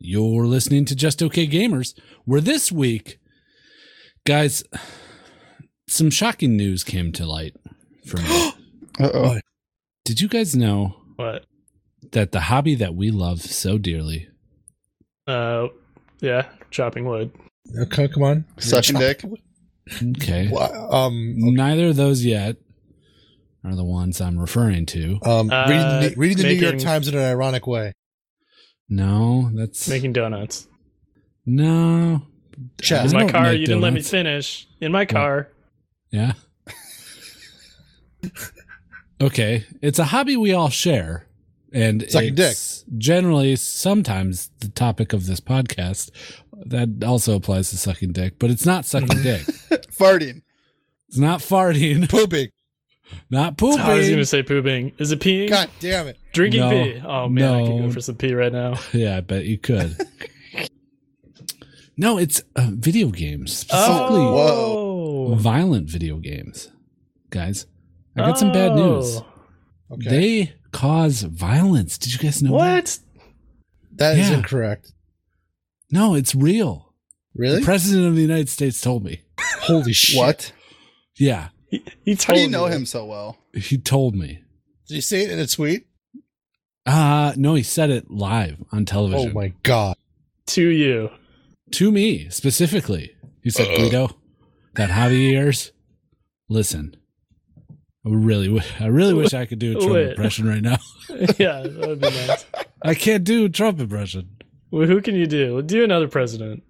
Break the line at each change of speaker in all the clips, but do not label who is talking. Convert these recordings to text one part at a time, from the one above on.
You're listening to Just Okay Gamers, where this week, guys, some shocking news came to light for
Uh,
me.
Uh-oh.
Did you guys know
What?
that the hobby that we love so dearly,
Uh, yeah, chopping wood.
Okay, come on.
Sucking dick.
okay,
Wha- Um,
neither of those yet are the ones I'm referring to.
um,
Uh,
reading the, reading the New York
making-
Times in an ironic way.
No, that's
Making donuts.
no.
Chess.
I
In my
don't
car,
make
you didn't let me
donuts.
finish. In my car.
Yeah. okay. It's a hobby we all share. And
Sucking
it's generally sometimes the topic of this podcast that also applies to sucking dick, but it's not sucking dick.
Farting.
It's not farting,
Pooping.
not
I was going to
pooping.
say pooping. Is it peeing?
God damn it.
Drinking
No.
pee. Oh, man, I could
No.
go for some pee right now.
Yeah, I bet you could. no, it's uh, video games, specifically
Oh.
Oh.
violent video games. Guys, I got some bad news.
Oh.
Okay.
They cause violence. Did you guys know that?
What?
that is
Yeah.
incorrect.
No, it's real.
Really?
The president of the United States told me.
Holy shit.
What?
Yeah,
He, he
How
told
do you know
me.
him so well?
he told me.
Did you say it in a tweet?
Uh no, he said it live on
Oh
television.
my god.
To you.
To me specifically. He said, Guido, that hobby of yours, listen. I really, w- I really wish I could do a Trump
Wait.
impression right now.
yeah, that would be nice.
I can't do a Trump impression.
Well, who can you do? Do another president.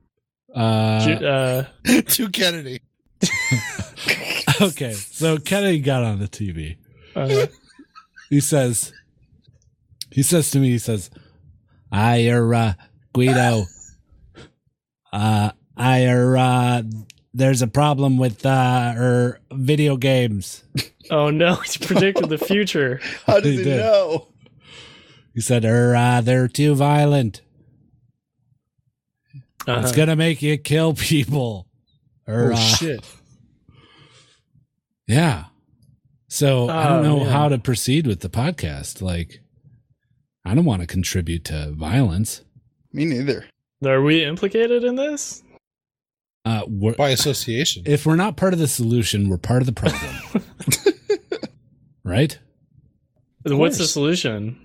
Ju-
Uh,
uh,
to Kennedy.
okay, so Kennedy got on the TV.
uh,
he says he says to me he says ira guido uh ira there's a problem with uh er, video games
oh, no. He predicted the future.
How does
He
he
did.
know?
he said er, uh, they're too violent it's
Uh-huh.
gonna make you kill people Er,
Oh
uh,
shit.
yeah so i
Oh,
don't know
man.
how to proceed with the podcast like i don't want to contribute to violence
Me neither.
Are we implicated in this?
uh we're,
By association.
if we're not part of the solution, we're part of the problem. right?
What's the
course.
solution?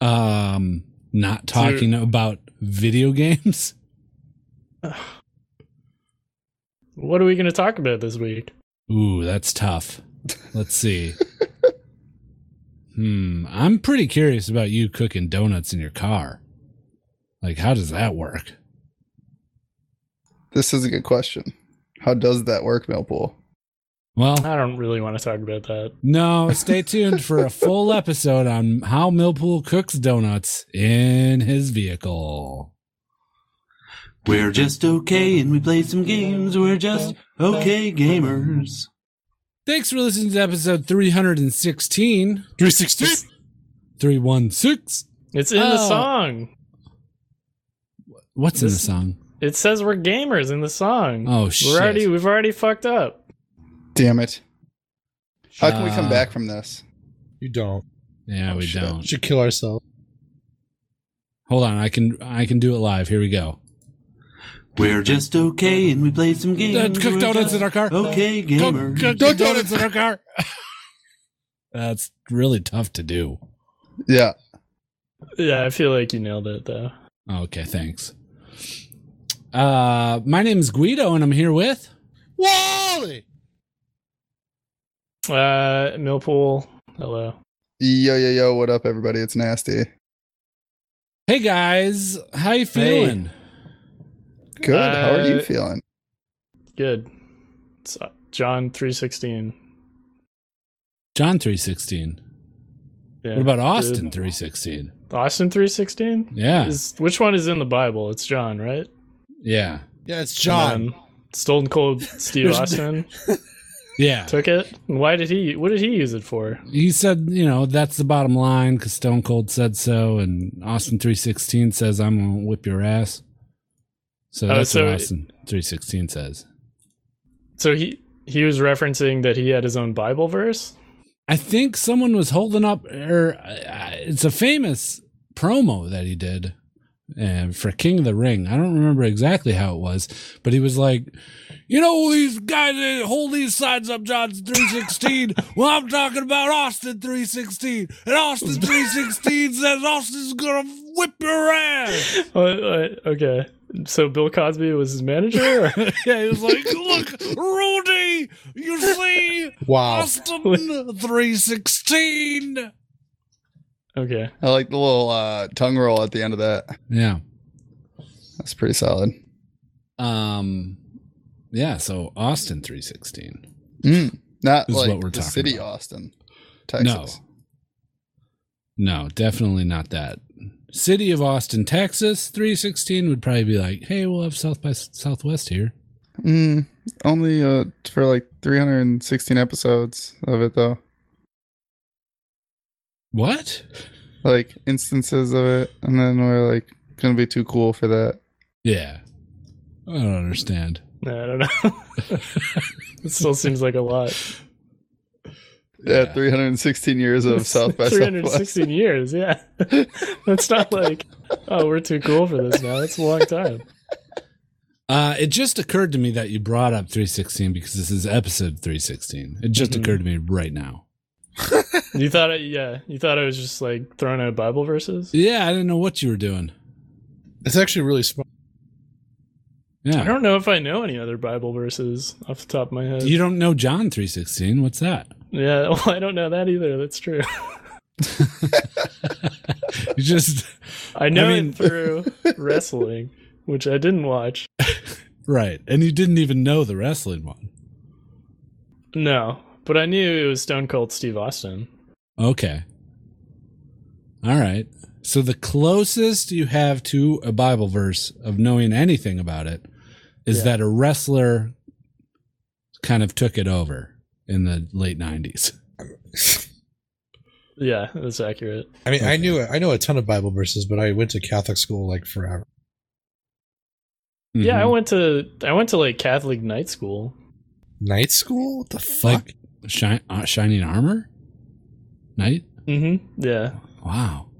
Um not talking about video games.
What are we going to talk about this week?
Ooh, that's tough. Let's see. hmm, I'm pretty curious about you cooking donuts in your car. Like how does that work?
This is a good question. How does that work, Millpool?
Well,
I don't really want to talk about that.
no, stay tuned for a full episode on how Millpool cooks donuts in his vehicle.
We're just okay and we play some games. We're just okay gamers.
Thanks for listening to episode 316.
316.
316.
It's in the
Oh.
song.
What's in the
This-
song?
It says we're gamers in the song.
Oh,
We're
shit.
already we've already fucked up.
Damn it. How can we come
Uh,
back from this?
You don't.
Yeah,
Oh,
we
shit.
We
don't.
should kill ourselves.
Hold on, I can I can do it live. Here we go.
We're just okay and we play some games.
Uh, cook
We're
donuts
just
in our car.
Okay gamers.
cook donuts in our car. That's really tough to do.
Yeah.
Yeah, I feel like you nailed it though.
Okay, thanks. Uh, my name's Guido, and I'm here with
Wally!
Uh Millpool. Hello.
Yo, yo, yo. What up, everybody? It's Nasty.
Hey guys, how you feeling?
Good. How are you
Uh,
feeling?
Good. It's uh, John three sixteen.
John three sixteen.
Yeah.
What about Austin
Good.
three sixteen?
Austin three sixteen?
Yeah,
Is which one is in the Bible? It's John, right?
yeah,
Yeah, it's John.
And then Stone Cold Steve
There's-
Austin
yeah.
took it. Why did he what did he use it for?
he said, you know, that's the bottom line because Stone Cold said so, and Austin three sixteen says I'm gonna whip your ass. So
Oh,
that's
so
what
it-
Austin three sixteen says.
So he he was referencing that he had his own Bible verse.
I think someone was holding up, or uh, it's a famous promo that he did uh, for King of the Ring. I don't remember exactly how it was, but he was like, you know, these guys that hold these signs up, Johnson 316. well, I'm talking about Austin 316. And Austin 316 says Austin's going to whip your ass.
Uh, uh, okay. So Bill Cosby was his manager? or-
yeah, he was like, look, Rudy, you see,
Wow.
Austin 316.
okay.
I like the little uh, tongue roll at the end of that.
Yeah.
That's pretty solid.
Um, yeah, so Austin 316.
Mm, not
Is
like
what we're
the
talking
city
about.
Austin, Texas.
No, definitely not that. City of Austin, Texas, 316 would probably be like, hey, we'll have South by Southwest here.
Mm, only uh, for like 316 episodes of it though.
What?
Like instances of it, and then we're like gonna be too cool for that.
Yeah. I don't understand.
No, I don't know. it still seems like a lot.
Yeah,
Yeah.
316 years of South by Southwest.
316 years, yeah. That's not like, oh, we're too cool for this now. That's a long time.
Uh, it just occurred to me that you brought up 316 because this is episode 316. It just
Mhm.
occurred to me right now.
You thought it, yeah. You thought I was just like throwing out Bible verses?
Yeah, I didn't know what you were doing.
It's actually really smart.
Yeah.
I don't know if I know any other Bible verses off the top of my head.
you don't know John 316. What's that?
yeah, well, I don't know that either. That's true.
You just
I know
mean-
it through wrestling, which I didn't watch.
right, and you didn't even know the wrestling one.
No, but I knew it was Stone Cold Steve Austin.
Okay. All right. So the closest you have to a Bible verse of knowing anything about it is
Yeah.
that a wrestler kind of took it over in the late 90s.
Yeah, that's accurate.
I mean, I
Okay.
knew I know a ton of Bible verses, but I went to Catholic school like forever.
Yeah, I
Mhm.
went to I went to like Catholic night school.
Night school? What the fuck?
like shi- uh, shining armor? Night?
Mm-hmm. Yeah.
Wow.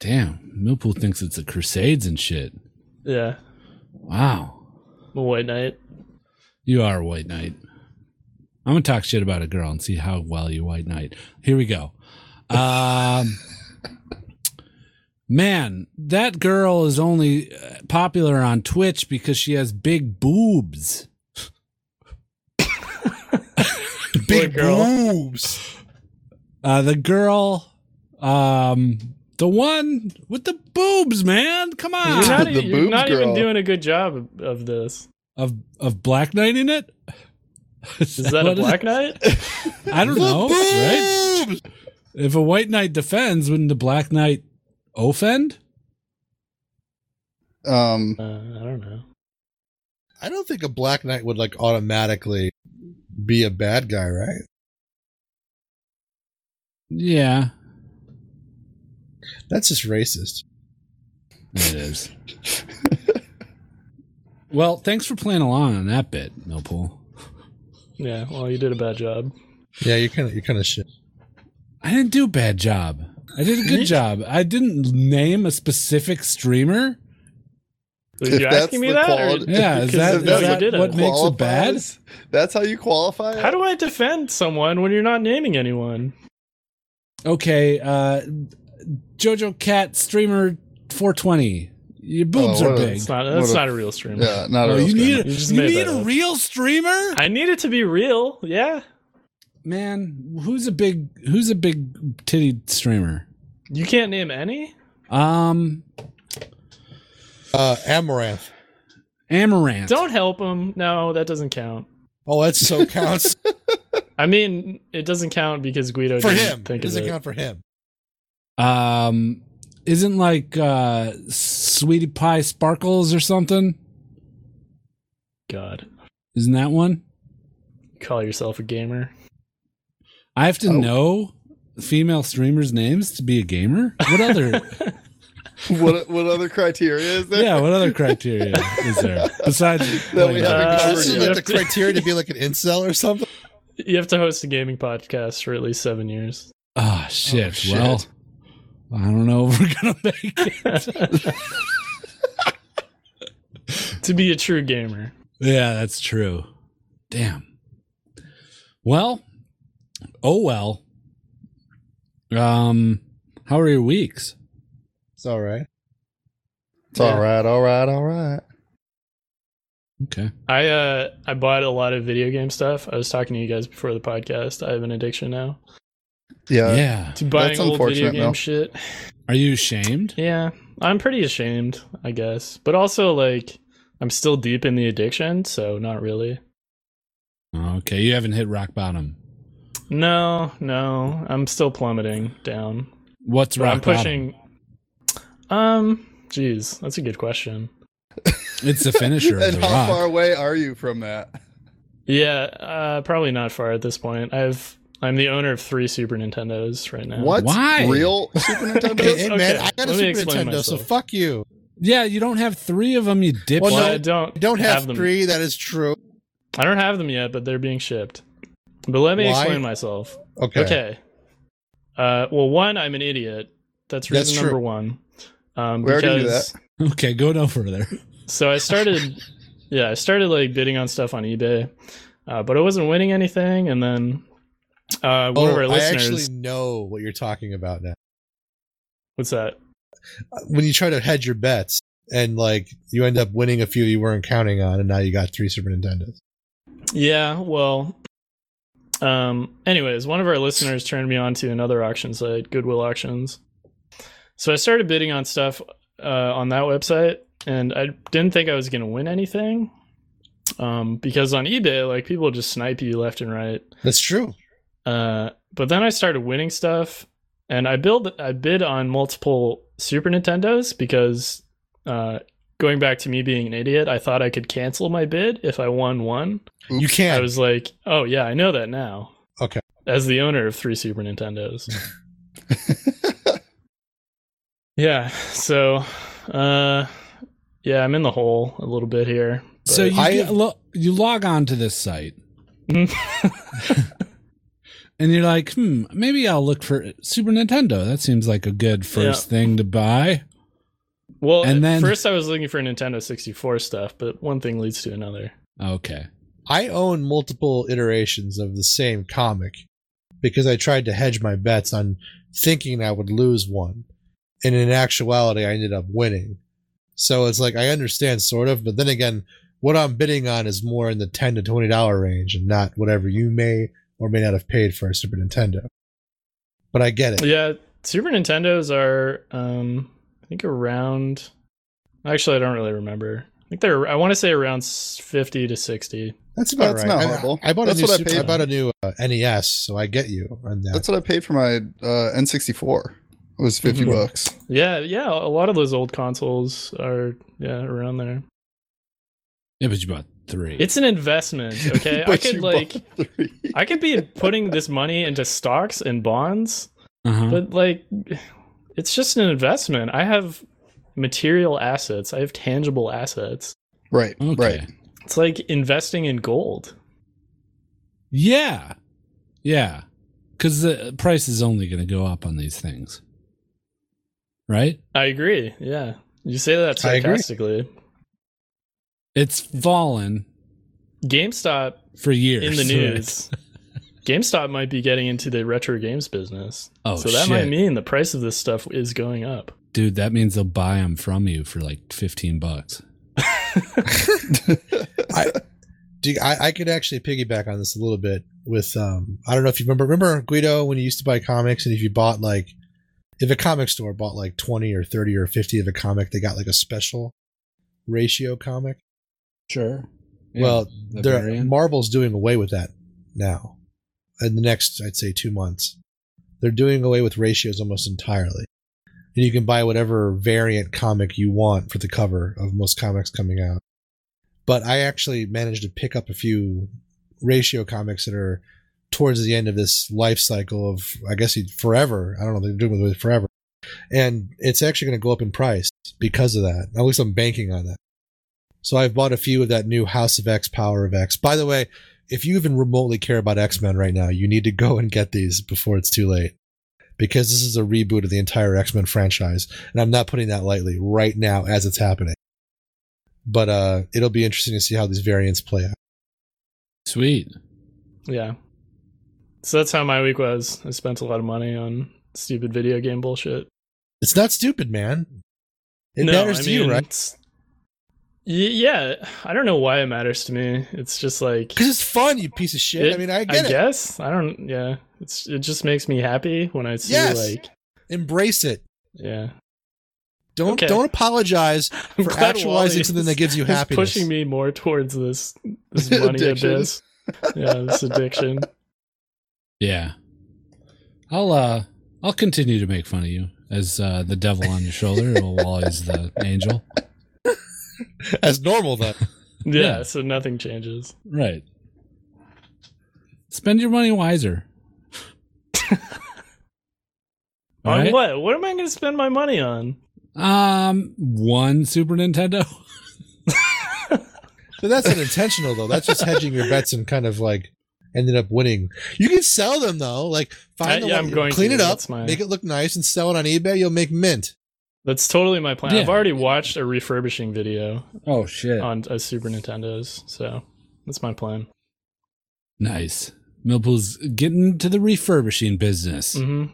Damn. Millpool thinks it's the crusades and shit.
Yeah.
Wow.
The White Knight.
You are a white knight. I'm gonna talk shit about a girl and see how well you white knight. Here we go. Um, man, that girl is only uh, popular on Twitch because she has big boobs.
Big
girl.
boobs.
Uh, the girl, um, the one with the boobs, man. Come
You're
on,
not,
The
e- you're
boobs
not even
girl.
doing a good job of, of this.
of of black knighting it. Is
Is that a
what it-
Black Knight?
I don't know, right?
Boobs!
If a white knight defends, wouldn't the black knight offend?
Um,
Uh, I don't know.
I don't think a Black Knight would like automatically be a bad guy, right?
Yeah,
That's just racist.
it is. well, thanks for playing along on that bit, Millpool.
Yeah. Well, you did a bad job.
Yeah, you're kind of you're kind of shit.
I didn't do a bad job. I did a good job. I didn't name a specific streamer.
Are
If
you
that's
asking me
the
that?
quali-
or-
Yeah, is
because
that-
of
is
no, you
that
didn't.
what makes it bad?
qualifies? That's how you qualify. it?
How do I defend someone when you're not naming anyone?
Okay, uh Jojo Cat streamer 420. Your boobs
Oh,
are
what a-
big.
It's not.
What
That's
a-
not a real streamer.
yeah, not
Oh,
a real
you
streamer.
need
You just
you
made
need
that
a
up.
real streamer?
I need it to be real. Yeah.
Man, who's a big who's a big titty streamer?
You can't name any.
Um
Uh, Amaranth.
Amaranth.
Don't help him. No, that doesn't count.
Oh, that so counts
I mean, it doesn't count because Guido
for
didn't
him. It
think of
doesn't
it.
count for him.
um isn't like uh sweetie pie sparkles or something
God,
isn't that one
call yourself a gamer.
i have to
Oh.
know female streamers names to be a gamer what other
what what other criteria is there?
yeah what other criteria is there besides
That
like,
we haven't
Uh,
covered
This is
you
yet.
like
have
the
to-
criteria to be like an incel or something.
You have to host a gaming podcast for at least seven years.
oh shit,
Oh, shit.
well I don't know if we're gonna make it.
to be a true gamer.
Yeah, that's true. Damn. Well, oh well. Um, how are your weeks?
It's all right.
It's all right, all right, all right.
Okay.
I uh I bought a lot of video game stuff. I was talking to you guys before the podcast. I have an addiction now
Yeah.
yeah.
to buying
That's
old video
unfortunate,
game
though.
shit.
Are you ashamed?
Yeah, I'm pretty ashamed, I guess. But also like I'm still deep in the addiction, so not really.
Okay, you haven't hit rock bottom.
No, no, I'm still plummeting down.
What's
But
rock
I'm pushing. Um, geez, that's a good question.
bottom? It's the finisher of
and
the
how
rock.
far away are you from that?
Yeah, uh, probably not far at this point. I've I'm the owner of three Super Nintendos right now.
What?
Why?
Real Super Nintendo?
Hey,
Okay,
man, I got
let
a
me
Super
explain
Nintendo, so
myself.
fuck you.
Yeah, you don't have three of them, you dipshit.
Well, no, I
What?
don't.
You don't have,
them.
three. That is true.
I don't have them yet, but they're being shipped. But let me
Why?
explain myself.
Okay.
Okay. Uh, well, one, I'm an idiot. That's reason
That's true.
number one. Um,
We already knew
because-
Okay, go no further.
So I started, yeah, I started like bidding on stuff on eBay, uh, but I wasn't winning anything. And then uh, one of our
Oh, I
listeners,
actually know what you're talking about now.
what's that?
When you try to hedge your bets and like you end up winning a few you weren't counting on, and now you got three Super Nintendos.
Yeah, well, um, anyways, one of our listeners turned me on to another auction site, Goodwill Auctions. So I started bidding on stuff uh, on that website, and I didn't think I was going to win anything um, because on eBay, like people just snipe you left and right.
That's true.
Uh, but then I started winning stuff, and I build I bid on multiple Super Nintendos because uh, going back to me being an idiot, I thought I could cancel my bid if I won one.
You
I
can't.
was like, oh yeah, I know that now.
Okay.
As the owner of three Super Nintendos. yeah. So, uh, yeah, I'm in the hole a little bit here. but-
So you
I-
get, lo- you log on to this site, and you're like, hmm, maybe I'll look for Super Nintendo. That seems like a good first thing to buy.
well,
and
at
then-
first I was looking for Nintendo 64 stuff, but one thing leads to another.
Okay.
I own multiple iterations of the same comic because I tried to hedge my bets on thinking I would lose one. And in actuality, I ended up winning. So it's like I understand sort of, but then again, what I'm bidding on is more in the 10 to $20 range and not whatever you may or may not have paid for a Super Nintendo. But I get it.
Yeah, Super Nintendos are, um, I think around. Actually, I don't really remember. I think they're. I want to say around s- 50 to 60.
That's about right.
That's not
I-
horrible.
I, bought
That's
a new
what I
Super-
paid.
I bought a new uh, NES, so I get you on that.
That's what I paid for my uh, N64. It was 50
Mm-hmm.
Mhm.
bucks.
Yeah, yeah. A lot of those old consoles are yeah around there.
Yeah, but you bought three.
It's an investment, okay? I
But
could
you
like
bought three.
I could be putting this money into stocks and bonds,
uh-huh.
but like it's just an investment. I have material assets. I have tangible assets.
Right,
okay.
right.
It's like investing in gold.
Yeah. Yeah. Because the price is only going to go up on these things. Right?
I agree. Yeah. You say that
I agree.
sarcastically.
It's fallen
GameStop
for years.
in the
right?
news. GameStop might be getting into the retro games business.
Oh,
so that
shit.
might mean the price of this stuff is going up.
Dude, that means they'll buy them from you for like 15 bucks.
Do you- I, I could actually piggyback on this a little bit with um I don't know if you remember remember Guido when you used to buy comics and if you bought like if a comic store bought like twenty or thirty or fifty of a comic they got like a special ratio comic.
Sure.
well,
the
they're,
variant.
Marvel's doing away with that now. In the next, I'd say two months, they're doing away with ratios almost entirely, and you can buy whatever variant comic you want for the cover of most comics coming out. But I actually managed to pick up a few ratio comics that are towards the end of this life cycle of, I guess, you'd- forever. I don't know, they're doing it with forever, and it's actually going to go up in price because of that. At least I'm banking on that. So I've bought a few of that new House of X, Power of X. By the way, if you even remotely care about X Men right now, you need to go and get these before it's too late. because this is a reboot of the entire X Men franchise, and I'm not putting that lightly right now as it's happening. But uh, it'll be interesting to see how these variants play out.
Sweet.
Yeah. So that's how my week was. I spent a lot of money on stupid video game bullshit.
It's not stupid, man. It matters
I
to you,
mean,
right?
it's- Y- yeah, I don't know why it matters to me. It's just like
Because it's fun, you piece of shit.
It-
I mean, I
I
get it.
guess I don't. Yeah, it's it just makes me happy when I see
Yes.
like
Embrace it.
yeah.
Don't
Okay.
don't apologize
I'm
for
glad
actualizing
Wally
something that
is-
gives you
is
happiness.
Pushing me more towards this this money
Addiction.
abyss. Yeah, this addiction.
Yeah. I'll uh I'll continue to make fun of you as uh, the devil on your shoulder while Wally's the angel.
as normal though.
Yeah,
Yeah.
so nothing changes.
Right. Spend your money wiser. All
On
right.
what? What am I going to spend my money on?
Um one Super Nintendo.
But that's unintentional though. That's just hedging your bets and kind of like ended up winning. You can sell them though. Like find
I-
the
yeah,
one,
I'm going
clean
to.
it up,
That's my-
make it look nice, and sell it on eBay. You'll make mint.
That's totally my plan.
Yeah.
I've already watched a refurbishing video
Oh shit.
on a Super Nintendo's, so that's my plan.
Nice. Millpool's getting to the refurbishing business.
hmm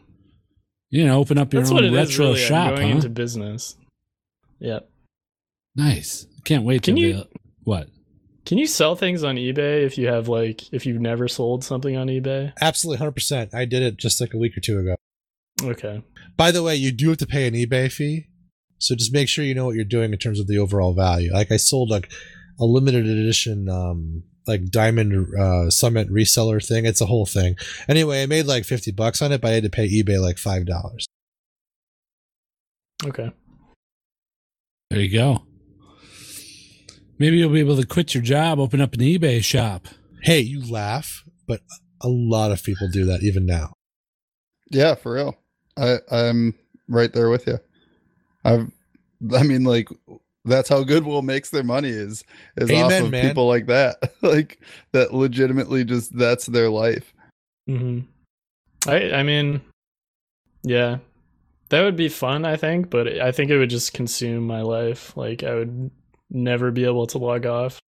You know, open up your
That's
own
what it is.
retro
Really,
shop,
I'm going
huh?
into business. Yeah.
Nice. Can't wait
Can
to
you-
the- what?
Can you sell things on eBay if you have like if you've never sold something on eBay?
Absolutely, hundred percent. I did it just like a week or two ago.
Okay.
By the way, you do have to pay an eBay fee, so just make sure you know what you're doing in terms of the overall value. Like I sold like a limited edition um like diamond uh summit reseller thing. It's a whole thing. Anyway, I made like fifty bucks on it, but I had to pay eBay like five dollars.
Okay.
There you go. Maybe you'll be able to quit your job, open up an eBay shop.
Hey, you laugh, but a lot of people do that even now.
Yeah, for real. I I'm right there with you. I've I mean like that's how Goodwill makes their money is is
Amen,
off of
man.
people like that. like that legitimately just that's their life.
hmm I I mean, yeah, that would be fun. I think, but I think it would just consume my life. Like I would never be able to log off.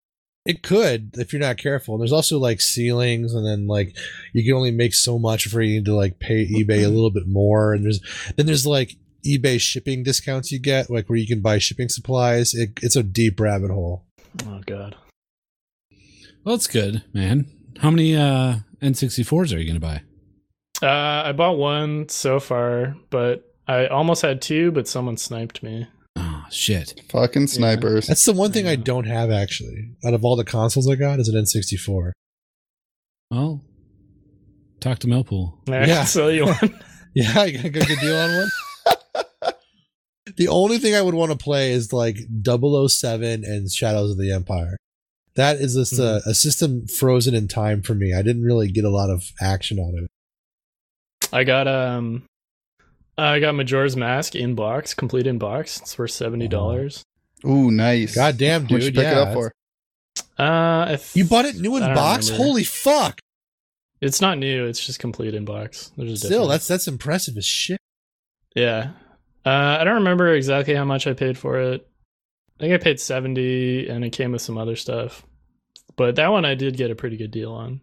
It could if you're not careful. And there's also like ceilings, and then like you can only make so much for you need to like pay eBay a little bit more. And there's then there's like eBay shipping discounts you get, like where you can buy shipping supplies. It, it's a deep rabbit hole.
Oh God.
Well, that's good, man. How many uh, N64s are you going to buy?
Uh, I bought one so far, but I almost had two, but someone sniped me.
Oh, shit.
Fucking snipers.
That's the one thing I
Yeah.
don't have actually. Out of all the consoles I got, is an N64.
Well, talk to Millpool.
I
Yeah.
can sell you one.
Yeah, I got a good deal on one. the only thing I would want to play is like 007 and Shadows of the Empire. That is just a,
Hmm.
a system frozen in time for me. I didn't really get a lot of action out of it.
I got um, I got Majora's Mask in box, complete in box. It's worth seventy dollars.
Ooh, nice.
God damn,
What'd
dude.
you pick
yeah.
it up for?
Uh, I th-
You bought it new in
I don't
box?
remember.
Holy fuck.
It's not new. It's just complete in box. There's a
Still,
difference.
that's that's impressive as shit.
Yeah. Uh, I don't remember exactly how much I paid for it. I think I paid 70 and it came with some other stuff. But that one I did get a pretty good deal on.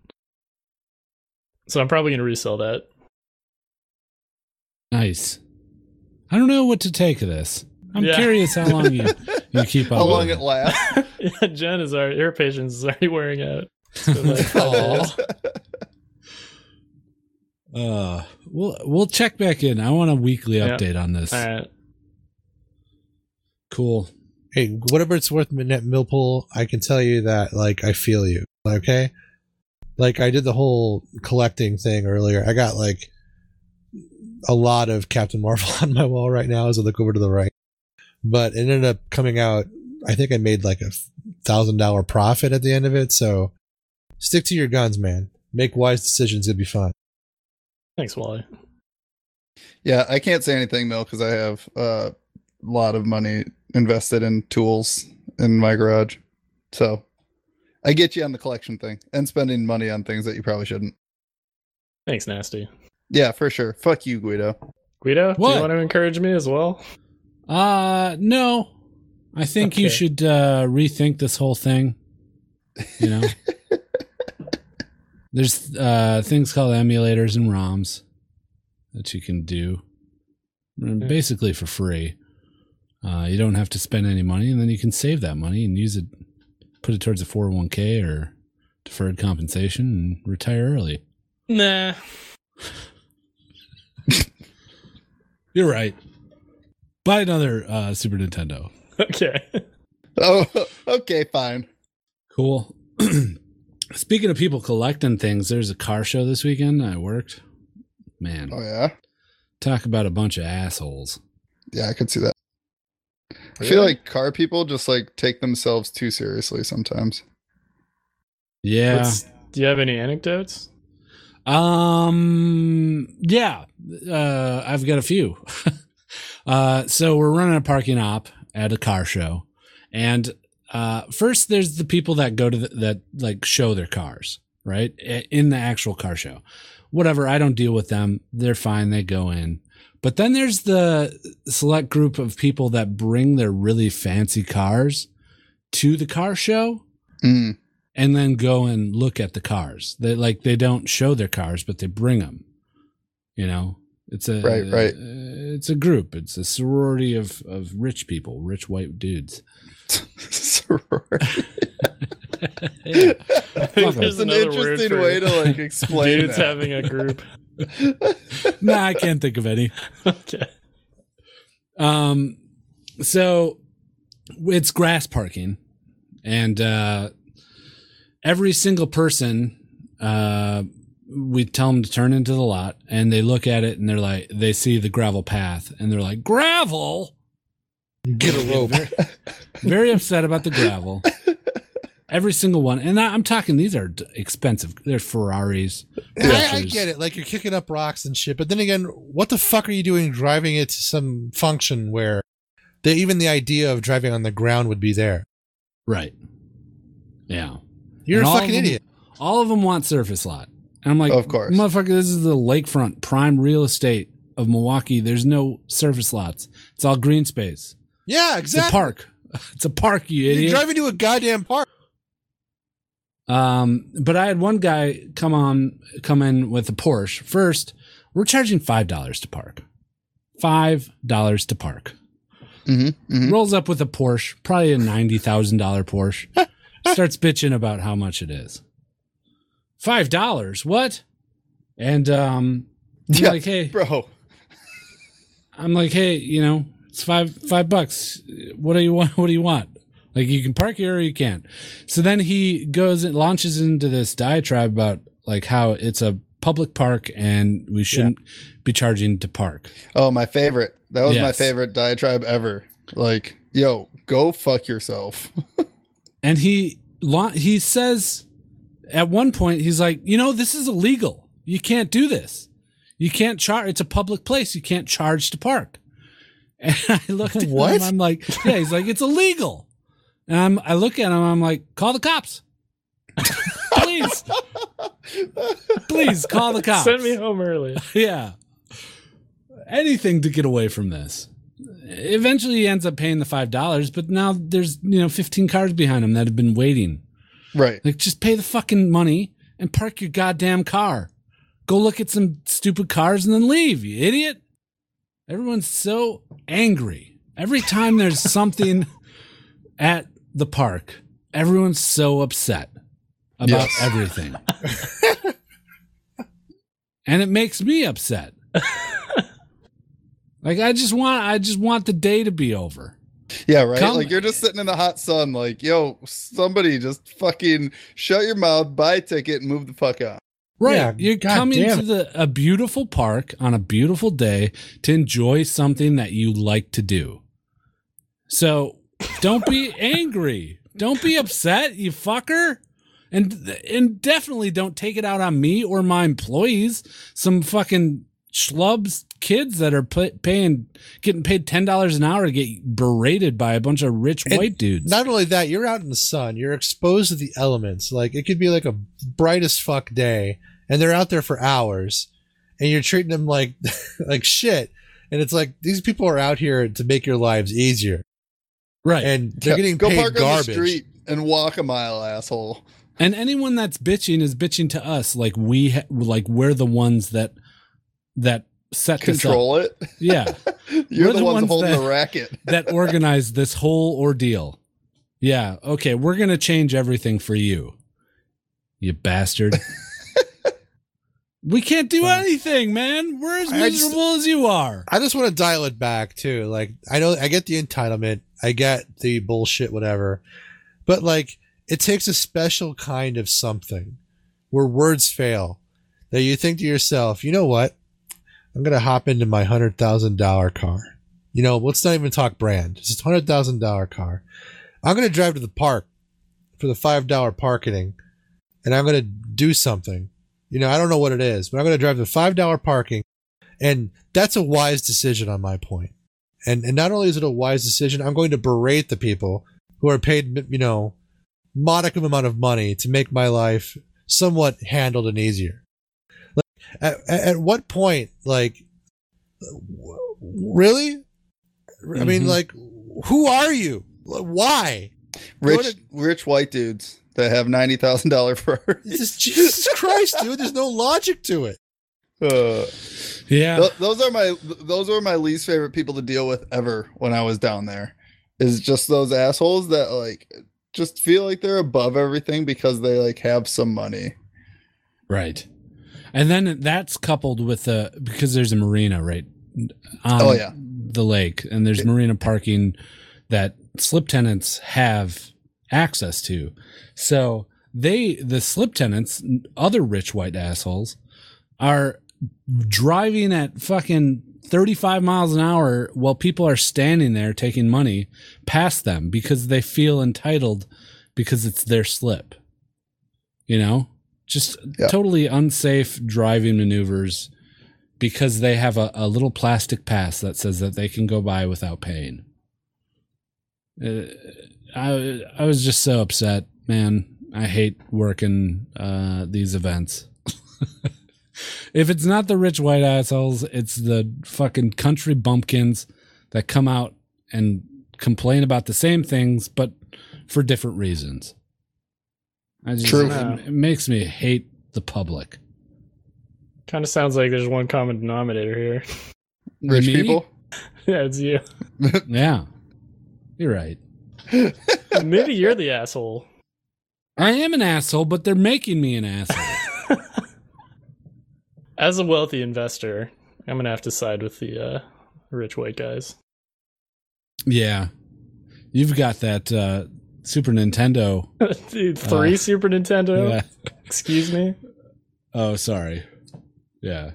So I'm probably going to resell that.
Nice. I don't know what to take of this. I'm
Yeah.
curious how long you, you keep up.
How long
with
it lasts?
yeah, Jen is already, her patience is already wearing out. It's been like five
Aw.
days.
Uh, we'll we'll check back in. I want a weekly
Yeah.
update on this.
All right.
Cool.
Hey, whatever it's worth, Minette Millpool, I can tell you that, like, I feel you. Okay? Like, I did the whole collecting thing earlier. I got, like, a lot of Captain Marvel on my wall right now as I look over to the right. But it ended up coming out, I think I made, like, a $1,000 profit at the end of it. So stick to your guns, man. Make wise decisions. It'll be fine.
Thanks, Wally.
Yeah, I can't say anything, Mill, because I have a lot of money invested in tools in my garage. So I get you on the collection thing and spending money on things that you probably shouldn't.
Thanks, Nasty.
Yeah, for sure. Fuck you, Guido.
Guido, do
What?
you want to encourage me as well?
Uh no. I think you
Okay.
should uh rethink this whole thing. You know. There's uh things called emulators and ROMs that you can do mm,
Yeah.
basically for free. Uh you don't have to spend any money and then you can save that money and use it put it towards a 401k or deferred compensation and retire early.
Nah.
You're right. Buy another uh Super Nintendo.
Okay.
Oh, okay, fine.
Cool. Speaking of people collecting things, there's a car show this weekend. I worked. Man,
Oh yeah,
talk about a bunch of assholes.
yeah, I could see that. I feel like car people just like take themselves too seriously sometimes.
Yeah.
What's- do you have any anecdotes?
Um. Yeah. Uh, I've got a few. uh, so we're running a parking op at a car show, and uh, first there's the people that go to the, that like show their cars right I- in the actual car show. Whatever. I don't deal with them. They're fine. They go in. But then there's the select group of people that bring their really fancy cars to the car show
Mm.
and then go and look at the cars. They like they don't show their cars, but they bring them. You know, it's a uh,
Right, right.
It's a group. It's a sorority of of rich people, rich white dudes.
Sorority.
Yeah.
There's
That's an
another word
interesting
for
way
it.
to like explain
Dudes
that.
having a group.
nah, I can't think of any.
okay.
Um, so it's grass parking, and uh, every single person, uh, we tell them to turn into the lot, and they look at it and they're like, they see the gravel path, and they're like, gravel.
Get a rope.
Very upset about the gravel. Every single one, and I, I'm talking. These are d- expensive. They're Ferraris.
I, I get it. Like you're kicking up rocks and shit. But then again, what the fuck are you doing driving it to some function where the, even the idea of driving on the ground would be there?
Right. Yeah.
You're
And
a
all
fucking
of them-
idiot.
All of them want surface lot. And I'm like,
Of course.
Motherfucker, this is the lakefront prime real estate of Milwaukee. There's no surface lots. It's all green space.
Yeah,
It's a
exactly.
park. It's a park, you
You're
idiot.
driving to a goddamn park.
Um, but I had one guy come on, come in with a Porsche. First, we're charging five dollars to park. Five dollars to park.
Mhm, mhm.
Rolls up with a Porsche, probably a ninety thousand dollar Porsche. starts bitching about how much it is. Five dollars? What? And um, I'm
Yeah.
like, hey,
Bro,
I'm like, hey, you know, it's five five bucks. What do you want? What do you want? Like you can park here or you can't. So then he goes and launches into this diatribe about like how it's a public park and we shouldn't be charging to park.
oh my favorite. That was my
Yes.
favorite diatribe ever. Like, yo, go fuck yourself.
And he la- he says at one point he's like, you know, this is illegal. You can't do this. You can't charge. It's a public place. You can't charge to park. And I looked at
What?
him. I'm like, yeah. He's like, it's illegal. And I'm, I look at him. I'm like, call the cops. please, please call the cops.
Send me home early.
Yeah. Anything to get away from this. Eventually, he ends up paying the five dollars, but now there's you know 15 cars behind him that have been waiting
Right.
like, just pay the fucking money and park your goddamn car. Go look at some stupid cars and then leave, you idiot. Everyone's so angry. Every time there's something at the park, everyone's so upset about
Yes.
everything. and it makes me upset. like I just want I just want the day to be over.
Yeah, right.
Come-
Like you're just sitting in the hot sun, like, yo, somebody just fucking shut your mouth, buy a ticket, and move the fuck out.
Right.
Yeah,
You're
God
coming
damn
to the a beautiful park on a beautiful day to enjoy something that you like to do. So don't be angry. Don't be upset, you fucker. And and definitely don't take it out on me or my employees. Some fucking schlubs kids that are pay, paying getting paid ten dollars an hour to get berated by a bunch of rich
And
white dudes.
Not only that, you're out in the sun. You're exposed to the elements. Like it could be like a bright as fuck day, and they're out there for hours, and you're treating them like like shit. And it's like these people are out here to make your lives easier,
Right.
and they're
Yeah,
getting
go
paid
park
garbage.
on the street and walk a mile, asshole.
And anyone that's bitching is bitching to us, like we, ha- like we're the ones that that set
Control it.
this up. Yeah,
You're
We're
the,
the
ones,
ones
holding
that-
the racket.
that organized this whole ordeal. Yeah. Okay, we're gonna change everything for you, you bastard. we can't do anything, man. We're as
I just-
miserable as you are.
I just want to dial it back too. Like I know I get the entitlement, I get the bullshit, whatever, but like it takes a special kind of something where words fail that you think to yourself, you know what? I'm gonna hop into my hundred thousand dollar car. You know, let's not even talk brand. It's a hundred thousand dollar car. I'm gonna drive to the park for the five dollar parking, and I'm gonna do something. You know, I don't know what it is, but I'm gonna drive to five dollar parking and that's a wise decision on my point. And and not only is it a wise decision, I'm going to berate the people who are paid, you know, modicum amount of money to make my life somewhat handled and easier. Like, at, at at what point, like, w- really? I mean,
Mhm.
like, who are you? Why?
Rich, rich white dudes that have ninety thousand dollar
This
Ferraris.
is Jesus Christ, dude. There's no logic to it.
Uh,
Yeah.
th- those are my those are my least favorite people to deal with ever. When I was down there, is just those assholes that like just feel like they're above everything because they like have some money.
Right. And then that's coupled with the because there's a marina right on
Oh, yeah.
the lake and there's marina parking that slip tenants have access to. So they the slip tenants other rich white assholes are driving at fucking 35 miles an hour while people are standing there taking money past them because they feel entitled because it's their slip. You know? Just
Yeah.
totally unsafe driving maneuvers because they have a, a little plastic pass that says that they can go by without paying. Uh, I I was just so upset, man. I hate working uh, these events. if it's not the rich white assholes, it's the fucking country bumpkins that come out and complain about the same things, but for different reasons. I just,
True.
It, it makes me hate the public.
Kind of sounds like there's one common denominator here.
Rich
Me?
people.
yeah, it's you.
Yeah, you're right.
Maybe you're the asshole.
I am an asshole, but they're making me an asshole.
As a wealthy investor, I'm gonna have to side with the uh, rich white guys.
yeah, you've got that uh, Super Nintendo.
Dude, three
Uh,
Super Nintendo.
Yeah.
Excuse me.
Oh, sorry. Yeah.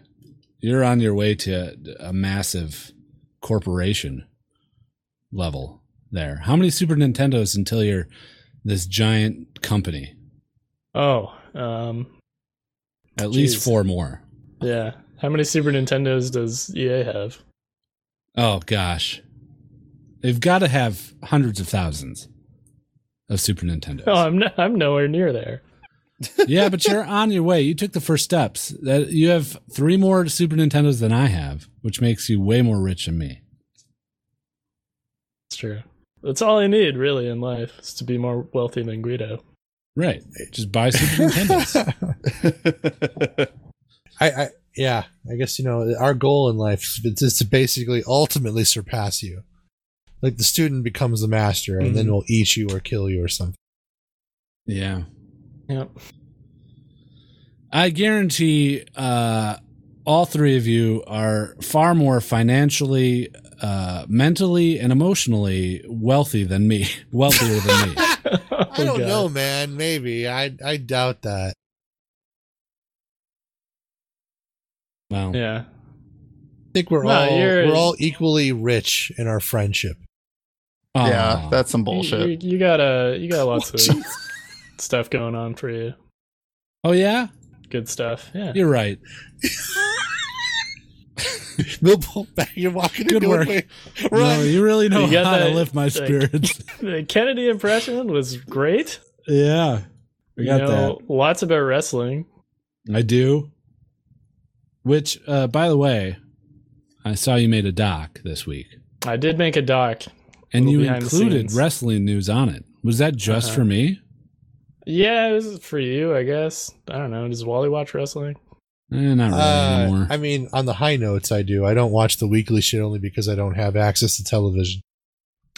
You're on your way to a massive corporation level there. How many Super Nintendos until you're this giant company?
Oh, um,
At least
Jeez.
four more.
yeah. How many Super Nintendos does EA have?
Oh, gosh. They've got to have hundreds of thousands of Super Nintendos.
Oh, I'm n- I'm nowhere near there.
yeah, but you're on your way. You took the first steps. That you have three more Super Nintendos than I have, which makes you way more rich than me.
That's true. That's all I need really in life is to be more wealthy than Guido.
Right. Just buy Super Nintendos.
I, I yeah, I guess you know our goal in life is is to basically ultimately surpass you. Like the student becomes the master, and then
Mm-hmm.
Mhm.
will eat you or kill you or something.
Yeah.
Yep.
I guarantee uh, all three of you are far more financially, uh, mentally, and emotionally wealthy than me. Wealthier than me.
Oh,
I don't know, man. Maybe I I doubt that.
Wow.
Yeah.
I think we're
No,
all
you're-
we're all equally rich in our friendship.
Aw.
yeah, that's some
You-
bullshit.
You, you got a you got lots of stuff going on for you.
oh yeah,
Good stuff. Yeah.
you're right.
Bill, pull back. You're walking.
Good
into
work.
It.
No, you really know
You got
how to
that-
lift my
like-
spirits.
The Kennedy impression was great.
yeah, I
You
got
know lots about wrestling.
that. I do. Which, uh, by the way, I saw you made a doc this week,
I did make a doc.
and
Little
you
behind the
included
scenes.
wrestling news on it. Was that just
Uh-huh.
for me?
Yeah, this is for you, I guess. I don't know. Does Wally watch wrestling?
Eh, not really
Uh,
anymore.
I mean, on the high notes, I do. I don't watch the weekly shit only because I don't have access to television.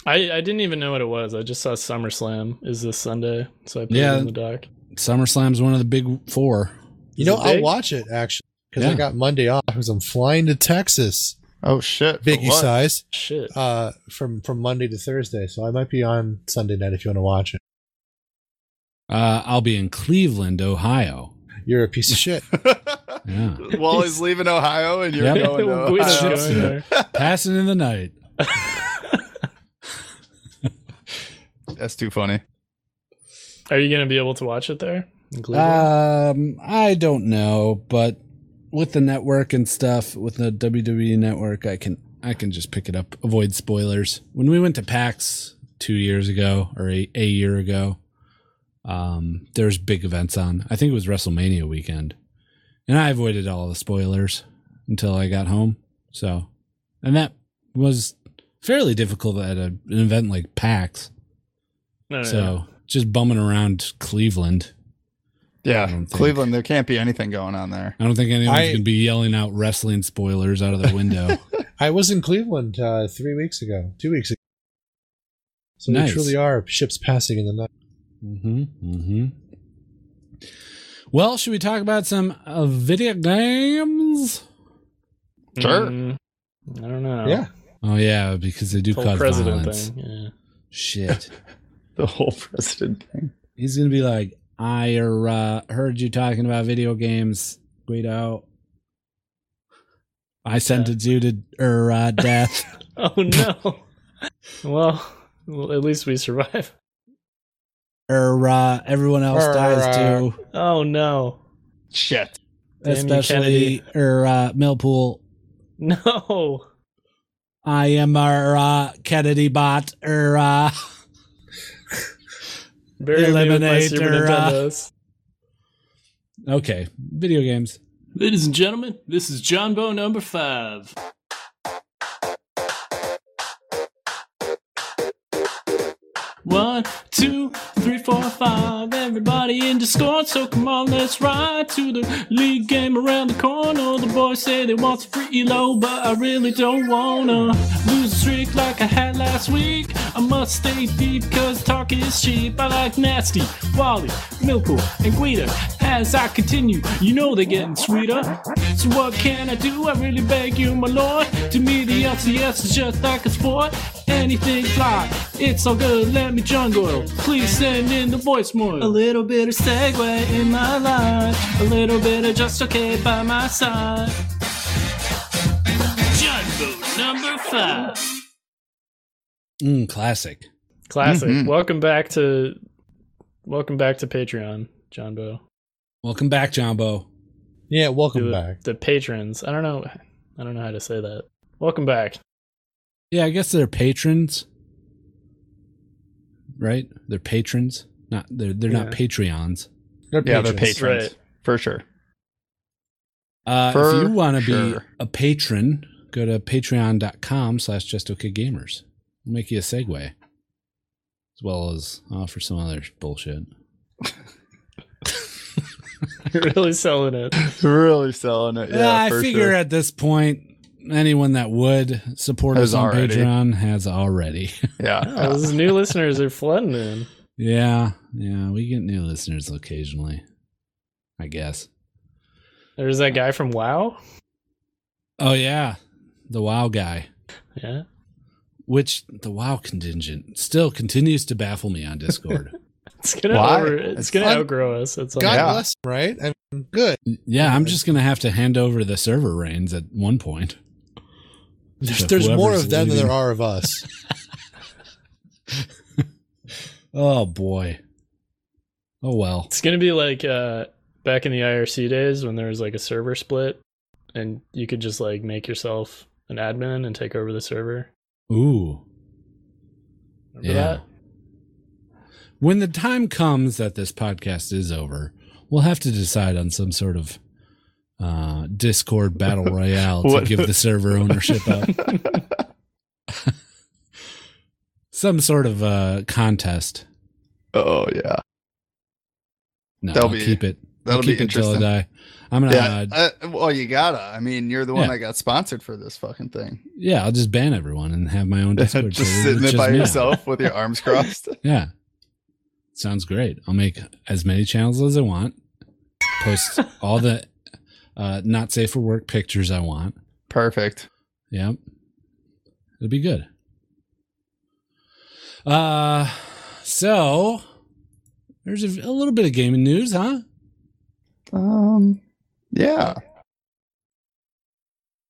I, I didn't even know what it was. I just saw SummerSlam is this Sunday, so I put
Yeah.
it in the doc.
SummerSlam's one of the big four.
You
Is
know,
it
I'll
big?
watch it actually because I
Yeah.
got Monday off because I'm flying to Texas,
Oh shit! for
biggie
what?
size,
Shit.
uh, from from Monday to Thursday. So I might be on Sunday night if you want to watch it.
Uh, I'll be in Cleveland, Ohio.
You're a piece of shit.
Yeah.
Wally's leaving Ohio, and you're
Yep.
going to
Which
I
Ohio.
don't
going
know.
there?
Passing in the night.
That's too funny.
Are you going to be able to watch it there? in Cleveland?
Um, I don't know, but with the network and stuff, with the WWE network, I can I can just pick it up. Avoid spoilers. When we went to PAX two years ago or a, a year ago, um, there's big events on. I think it was WrestleMania weekend, and I avoided all the spoilers until I got home. So, and that was fairly difficult at a, an event like PAX.
No, no, no.
So just bumming around Cleveland. I
Yeah,
don't think-
Cleveland. There can't be anything going on there.
I don't think anyone's
I-
gonna be yelling out wrestling spoilers out of the window.
I was in Cleveland uh, three weeks ago, two weeks ago. So
Nice.
we truly are ships passing in the night.
mm-hmm. Mm-hmm. Well, should we talk about some uh, video games?
Sure.
Mm, I don't know.
Yeah,
Oh yeah, because they do
This Whole
cause
president
violence.
thing. Yeah.
Shit,
The whole president thing.
he's gonna be like, I uh, heard you talking about video games, Guido. I sentenced you to er, uh, death.
Oh, no. well, well, at least we survive.
er, uh, everyone else
Er,
dies
uh,
too.
Oh, no.
Shit.
Damn you,
especially er, uh, Millpool.
No.
I am our uh, Kennedy bot or uh,
Bury me with my
Eliminate
Super
her, uh,
Nintendos.
okay, video games.
Ladies and gentlemen, this is John Bow number five. One, two, three, four, five. Everybody in Discord, so come on, let's ride to the league game around the corner. The boys say they want some free elo, but I really don't wanna lose a streak like I had last week. I must stay deep, cause talk is cheap. I like Nasty, Wally, Milpool, and Guida. As I continue, you know they're getting sweeter. So what can I do? I really beg you, my lord. To me, the LCS is just like a sport. Anything fly, it's all good. Let me jungle. Please send in the voice more. A little bit of segue in my life, a little bit of just okay by my side. Jumbo number five.
Mm, classic.
Classic.
Mhm.
Welcome back to welcome back to Patreon, John Bo.
Welcome back, Jumbo.
yeah. Welcome
The,
back.
the patrons. I don't know. I don't know how to say that. Welcome back.
Yeah, I guess they're patrons, right? They're patrons, not they're they're not
Yeah.
Patreons.
Yeah, they're
patrons.
patrons
Right.
for sure.
Uh,
For
if you want to be
sure.
a patron, go to patreon.com slash just okay gamers. We'll make you a segue, as well as offer some other bullshit.
You're really selling it.
Really selling it. Yeah,
Yeah,
for
Uh, I figure
sure.
at this point, anyone that would support
Has
us on
already.
Patreon has already.
Yeah.
Oh, those new listeners are flooding in.
yeah, yeah, we get new listeners occasionally, I guess.
There's that guy from WoW.
Oh yeah, the WoW guy,
Yeah.
which the WoW contingent still continues to baffle me on Discord.
It's gonna
Why?
over, it's,
It's
gonna
fun.
outgrow us. It's
God
Yeah.
bless, 'em, right? I mean, good.
yeah, I'm just gonna have to hand over the server reins at one point.
There's,
So
there's more
whoever's
of them than
leading-
there are of us.
Oh boy. Oh well.
It's gonna be like uh, back in the IRC days when there was like a server split, and you could just like make yourself an admin and take over the server.
Ooh.
Remember that?
When the time comes that this podcast is over, we'll have to decide on some sort of uh, that Discord battle royale to
What-
give the server ownership up.
Oh.
Some sort of uh, contest.
oh yeah,
No,
That'll
I'll
be-
keep it. I'll
that'll be
keep it till I
interesting.
die. I'm gonna.
Yeah,
Uh,
I- well, you gotta. I mean, you're the one
Yeah.
that got sponsored for this fucking thing.
yeah, I'll just ban everyone and have my own
just
Discord. server
sitting
with
there by
me.
yourself with your arms crossed.
Yeah. Sounds great. I'll make as many channels as I want. Post all the uh, not safe for work pictures I want.
Perfect.
Yep. It'll be good. Uh so there's a, a little bit of gaming news, huh?
Um, yeah.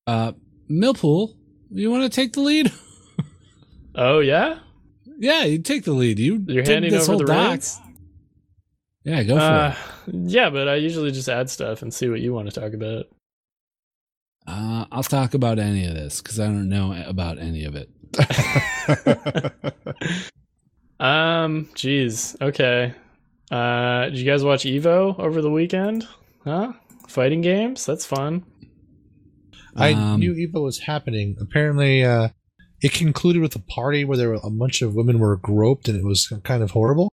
Uh Millpool, you want to take the lead?
Oh yeah,
yeah, you take the lead. You
you're
did
handing
this
over
whole
the
doc.
reins.
Yeah, go for
Uh,
it.
yeah, but I usually just add stuff and see what you want to talk about.
Uh, I'll talk about any of this because I don't know about any of it.
Um, jeez. Okay. Uh, did you guys watch Evo over the weekend? Huh? Fighting games? That's fun.
I
Um,
knew Evo was happening. Apparently, uh, it concluded with a party where there were a bunch of women were groped, and it was kind of horrible.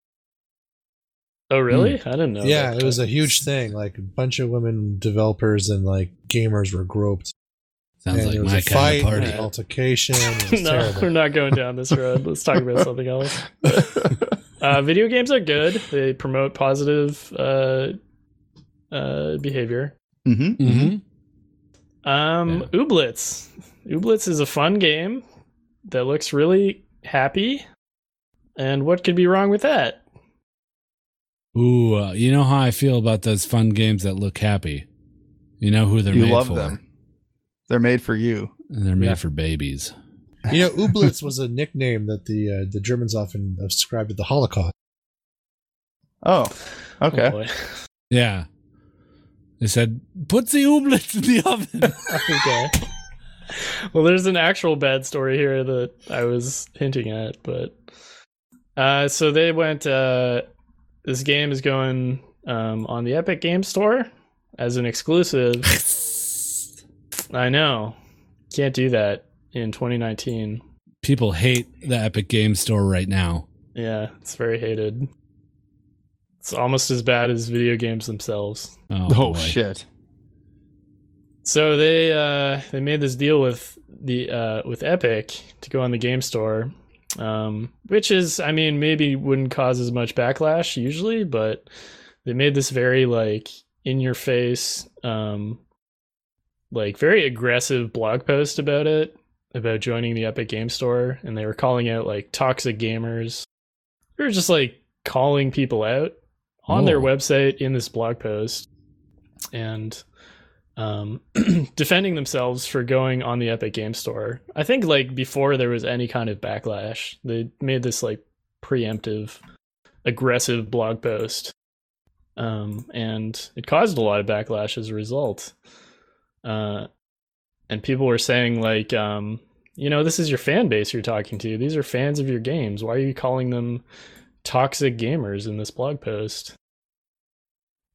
Oh, really? I didn't know.
Hmm. yeah,
about
it was a huge thing. Like a bunch of women developers and like gamers were groped.
Sounds
and
like
there was
my
a
kind
fight,
of
and
party.
an altercation. It
that.
was
no,
terrible.
we're not going down this road. Let's talk about something else.
Mm-hmm.
Uh, video games are good. They promote positive uh, uh, behavior.
hmm
hmm
Mm-hmm. Um, Ooblets. Ooblets is a fun game that looks really happy. And what could be wrong with that?
Ooh, uh, you know how I feel about those fun games that look happy. You know who they're
You
made
love
for.
them. They're made for you.
And they're made
Yeah.
for babies.
You know, Ooblitz was a nickname that the uh, the Germans often ascribed to the Holocaust.
Oh, okay.
Oh, boy.
Yeah. They said, put the ooblets in the oven.
okay. Well, there's an actual bad story here that I was hinting at, but uh, so they went. Uh, this game is going um, on the Epic Game Store as an exclusive. I know, can't do that in 2019.
People hate the Epic Game Store right now.
Yeah, it's very hated. It's almost as bad as video games themselves.
Oh,
Oh,
boy.
shit.
So they uh, they made this deal with the uh, with Epic to go on the game store, um, which is I mean maybe wouldn't cause as much backlash usually, but they made this very like in your face, um, like very aggressive blog post about it about joining the Epic Game Store, and they were calling out like toxic gamers. They were just like calling people out on their
Oh.
website in this blog post, and um, defending themselves for going on the Epic Game Store. I think like before there was any kind of backlash, they made this like preemptive, aggressive blog post, um, and it caused a lot of backlash as a result. Uh, and people were saying like, um, you know, this is your fan base you're talking to. These are fans of your games. Why are you calling them toxic gamers in this blog post?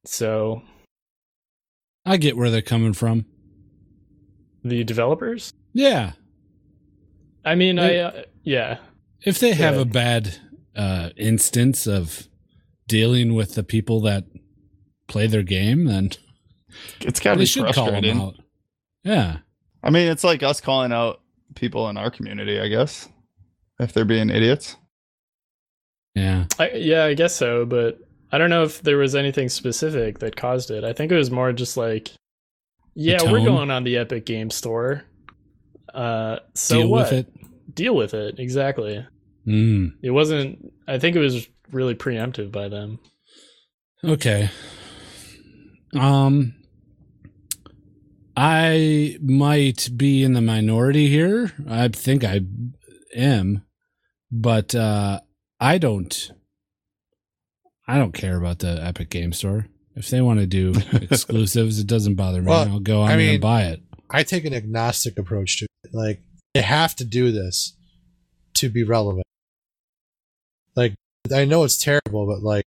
So
I get where they're coming from.
the developers
Yeah.
I mean, I
They-
uh, yeah,
If they have
Yeah.
a bad uh, instance of dealing with the people that play their game, then
It's gotta
they
be
should call them
frustrating.
out. Yeah.
I mean, it's like us calling out people in our community, I guess, if they're being idiots.
Yeah.
I, yeah, I guess so. But I don't know if there was anything specific that caused it. I think it was more just like, yeah, we're
tone?
going on the Epic Game Store. Uh, so
Deal
what?
with it.
Deal with it. Exactly.
Mm.
It wasn't. I think it was really preemptive by them.
Okay. Um I might be in the minority here. I think I am, but uh I don't I don't care about the Epic Game Store. If they want to do exclusives, it doesn't bother me.
Well,
I'll go on
I
there
mean-
and buy it.
I take an agnostic approach to it. Like they have to do this to be relevant. Like I know it's terrible, but like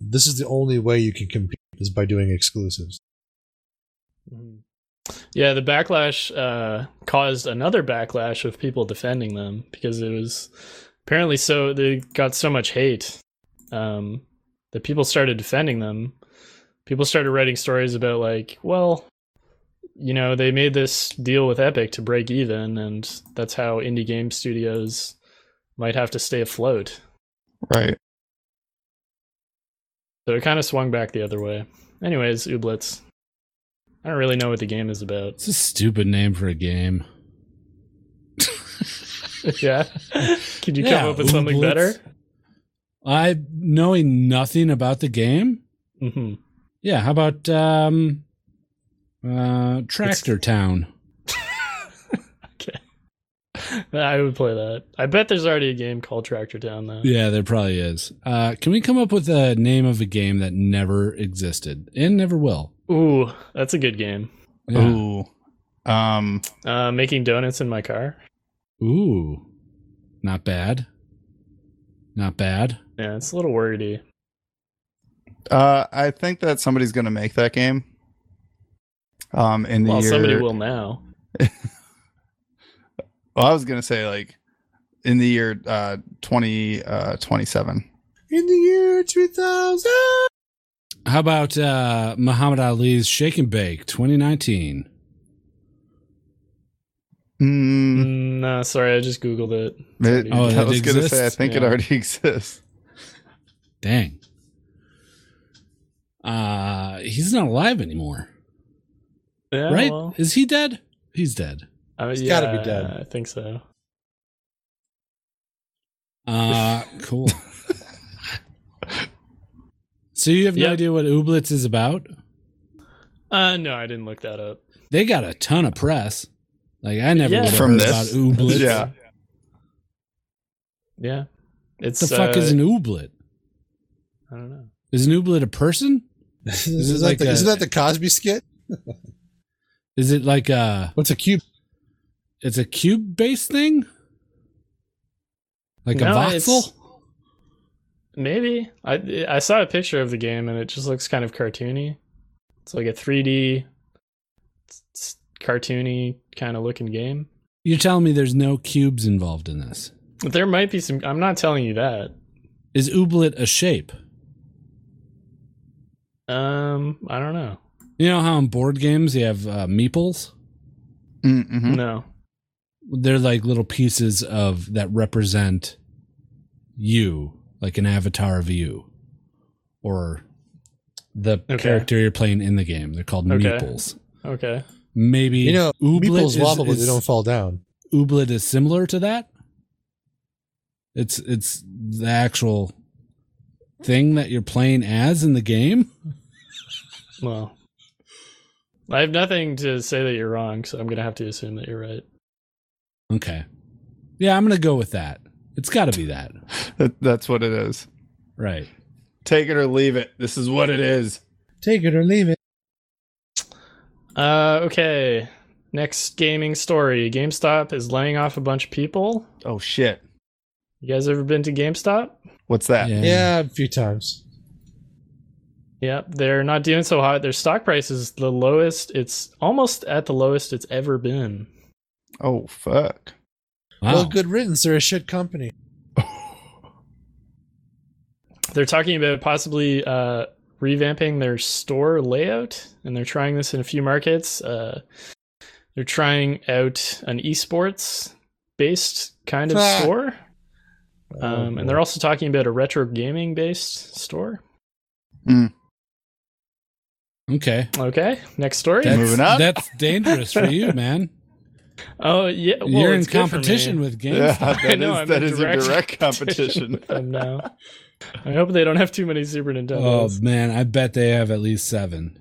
this is the only way you can compete is by doing exclusives.
Mm-hmm. Yeah, the backlash uh, caused another backlash of people defending them because it was apparently so they got so much hate um, that people started defending them. People started writing stories about like, well, you know, they made this deal with Epic to break even, and that's how indie game studios might have to stay afloat.
Right.
So it kind of swung back the other way. Anyways, Ooblets. I don't really know what the game is about.
It's a stupid name for a game.
yeah. Could you
Yeah,
come up with something
Ooblets.
better?
I knowing nothing about the game.
hmm
Mm-hmm. Yeah, how about um, uh, Tractor Town?
I would play that. I bet there's already a game called Tractor Town though.
Yeah, there probably is. Uh, can we come up with a name of a game that never existed and never will?
Ooh, that's a good game.
Yeah.
Ooh. Um.
Uh, making donuts in my car.
Ooh, not bad. Not bad.
Yeah, it's a little wordy.
Uh. I think that somebody's gonna make that game. Um. In the
Well,
year.
somebody will now.
Well, I was gonna say like, in the year uh twenty uh twenty seven.
In the year 2000.
How about uh, Muhammad Ali's Shake and Bake 2019? Hmm.
Mm,
Mm, no, sorry, I just googled it.
it,
Oh,
I
that
was gonna say I
exists?
think it
Yeah.
already exists.
Dang. Uh, he's not alive anymore,
Yeah,
right?
well,
Is he dead? He's dead.
I mean,
He's
yeah,
gotta be dead.
I think so.
Uh, cool. so you have no
Yep.
idea what Ooblets is about?
Uh, no, I didn't look that up.
They got a ton of press. Like I never
Yeah.
would have
From
heard
this?
about Ooblets.
Yeah.
Yeah,
What
it's
the fuck
uh,
is an Ooblet?
I don't know.
Is an Ooblet a person?
isn't,
like
that the,
a-
isn't that the Cosby skit?
Is it like a
What's a cube?
it's a cube based thing? Like
No,
a
it's-
voxel?
Maybe I I saw a picture of the game and it just looks kind of cartoony. It's like a 3D, s- s- cartoony kind of looking game.
You're telling me there's no cubes involved in this.
There might be some. I'm not telling you that.
Is Ooblet a shape?
Um, I don't know.
You know how in board games you have uh, meeples?
Mm, mhm.
No.
They're like little pieces of that represent you, like an avatar of you, or the
Okay.
character you're playing in the game. They're called
Okay.
meeples.
Okay.
Maybe
You know,
Ooblet
people's
is,
wobble, but
is-
they don't fall down.
Ooblet is similar to that. It's it's the actual thing that you're playing as in the game.
Well, I have nothing to say that you're wrong, so I'm gonna have to assume that you're right.
Okay. Yeah, I'm gonna go with that. It's gotta be that.
That, that's what it is.
Right.
Take it or leave it. This is what it is.
Take it or leave it.
Uh, okay. Next gaming story: GameStop is laying off a bunch of people.
Oh shit!
You guys ever been to GameStop?
What's that?
Yeah, a few times.
Yep, they're not doing so hot. Their stock price is the lowest. It's almost at the lowest it's ever been.
Oh fuck!
Wow.
Well, good riddance. They're a shit company.
They're talking about possibly uh, revamping their store layout, and they're trying this in a few markets. Uh, they're trying out an esports based kind of
Ah.
store,
Oh,
um,
boy.
and they're also talking about a retro gaming based store.
Okay.
Okay, next story.
That's,
Moving on.
That's dangerous for you, man.
oh yeah, well,
you're in
it's good for
competition
me.
with
Yeah,
GameStop.
that
I know,
is-
I'm
that
in
is a direct competition.
with them now. I hope they don't have too many Super
Oh
Nintendos.
man, I bet they have at least seven.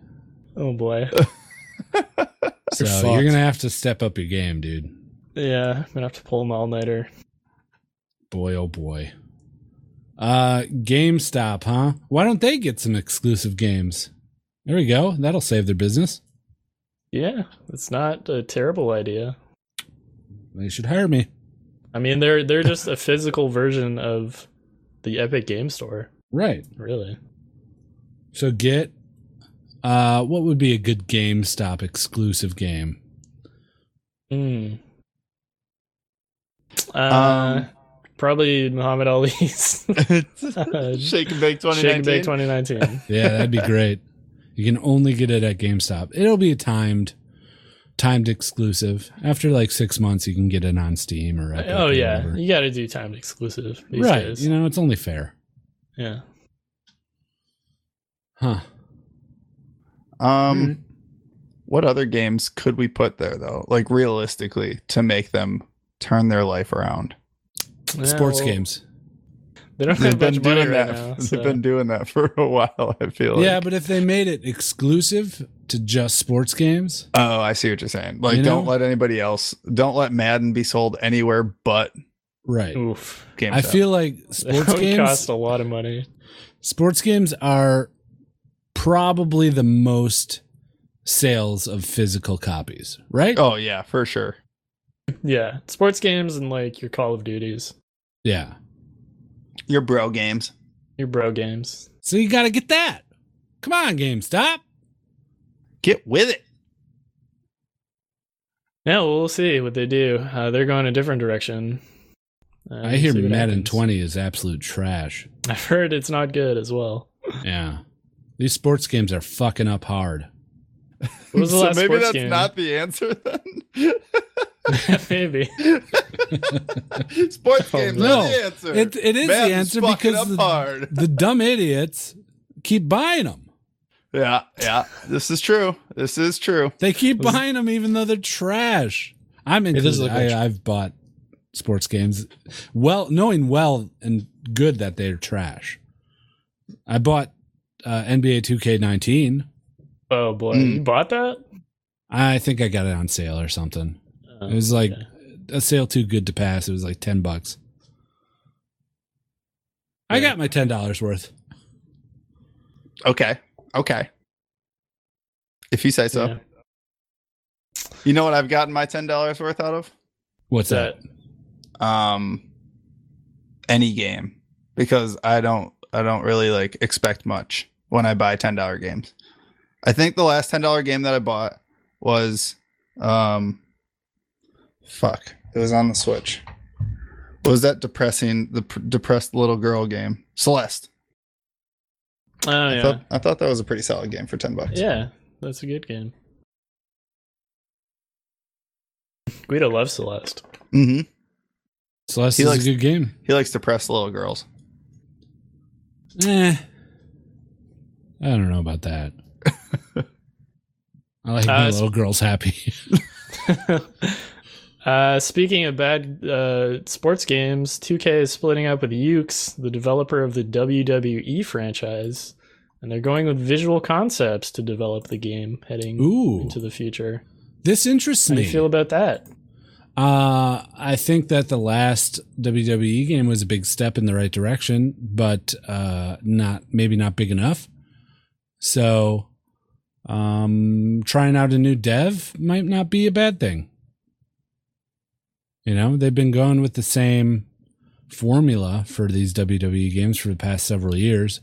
oh boy.
So
They're
you're
fucked.
gonna have to step up your game, dude.
Yeah, I'm gonna have to pull an all nighter.
Boy, oh boy. Uh, GameStop, huh? Why don't they get some exclusive games? There we go. That'll save their business.
Yeah, it's not a terrible idea.
They should hire me.
I mean, they're they're just a physical version of the Epic Game Store,
Right.
really.
So get Uh, what would be a good GameStop exclusive game?
Hmm. Uh,
Um,
probably Muhammad Ali's
Shake and bake
Shake and Bake
2019.
2019.
Yeah, that'd be great. You can only get it at GameStop. It'll be a timed, timed exclusive. After like six months, you can get it on Steam or Epic.
oh
or
yeah,
whatever.
you got to do timed exclusive these
right.
days.
You know, it's only fair,
Yeah.
huh?
Hmm.
Um, what other games could we put there though? Like realistically, to make them turn their life around.
Sports
Yeah, well,
games.
They don't
They've
have
been
much money
doing
right
that.
now.
They've
so-
been doing that for a while. I feel. Like.
yeah, but if they made it exclusive to just sports games,
Oh, I see what you're saying. Like,
You
don't
know?
let anybody else. Don't let Madden be sold anywhere but
right?
Oof.
GameStop.
I feel like sports
that would
games
cost a lot of money.
sports games are probably the most sales of physical copies, right?
Oh yeah, for sure.
Yeah, sports games and like your Call of Duties,
Yeah.
Your bro games.
your bro games.
So you got to get that. Come on, GameStop.
Get with it.
Yeah, well, we'll see what they do. Uh, they're going a different direction. Uh,
I hear
see what
Madden
happens.
20 is absolute trash.
I've heard it's not good as well.
Yeah. These sports games are fucking up hard.
What was the
so
last
maybe
sports
that's
game?
not the answer then.
maybe.
Sports
Oh,
games
no.
are the answer.
It, it is the
Madden's
answer
fucking
because
up
the,
hard.
the dumb idiots keep buying them.
Yeah, yeah. This is true. This is true.
They keep buying them even though they're trash. I'm
does
included.
look like-
I, I've bought sports games, well, knowing well and good that they're trash. I bought uh, NBA 2K19.
Oh boy,
Hmm.
Mm.
you bought that?
I think I got it on sale or something.
Oh,
It was like
okay.
a sale too good to pass. It was like ten bucks. I
Yeah.
got my ten dollars worth.
Okay. Okay. If you say so.
Yeah.
You know what I've gotten my ten dollars worth out of?
What's that?
that
Um any game. Because I don't I don't really like expect much when I buy ten dollar games. I think the last ten dollar game that I bought was um fuck. It was on the Switch. What was that depressing the pr- depressed little girl game? Celeste.
Oh
I,
yeah,
thought, I thought that was a pretty solid game for 10 bucks.
yeah, that's a good game. Guido loves Celeste.
hmm
Celeste
He
is
likes-
a good game.
He likes to press little girls.
Eh, I don't know about that. I like
Uh,
my
it's-
little girls happy.
uh, speaking of bad uh, sports games, 2K is splitting up with Ukes, the developer of the WWE franchise, and they're going with Visual Concepts to develop the game heading
Ooh,
into the future.
this interests
How do
me.
you feel about that?
Uh, I think that the last WWE game was a big step in the right direction, but uh, not maybe not big enough. So, um, trying out a new dev might not be a bad thing. You know, they've been going with the same formula for these WWE games for the past several years.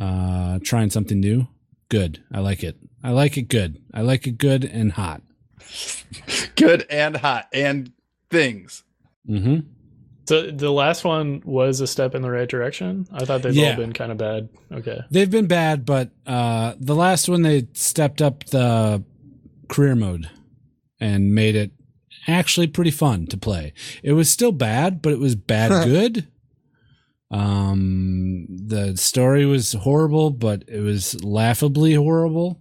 Uh, trying something new, good. I like it. I like it good. I like it good and hot.
Good and hot and things.
Mm-hmm.
So the last one was a step in the right direction. I thought they've
Yeah.
all been kind of bad. Okay.
They've been bad, but uh, the last one they stepped up the career mode and made it actually pretty fun to play. It was still bad, but it was bad good. Um, the story was horrible, but it was laughably horrible,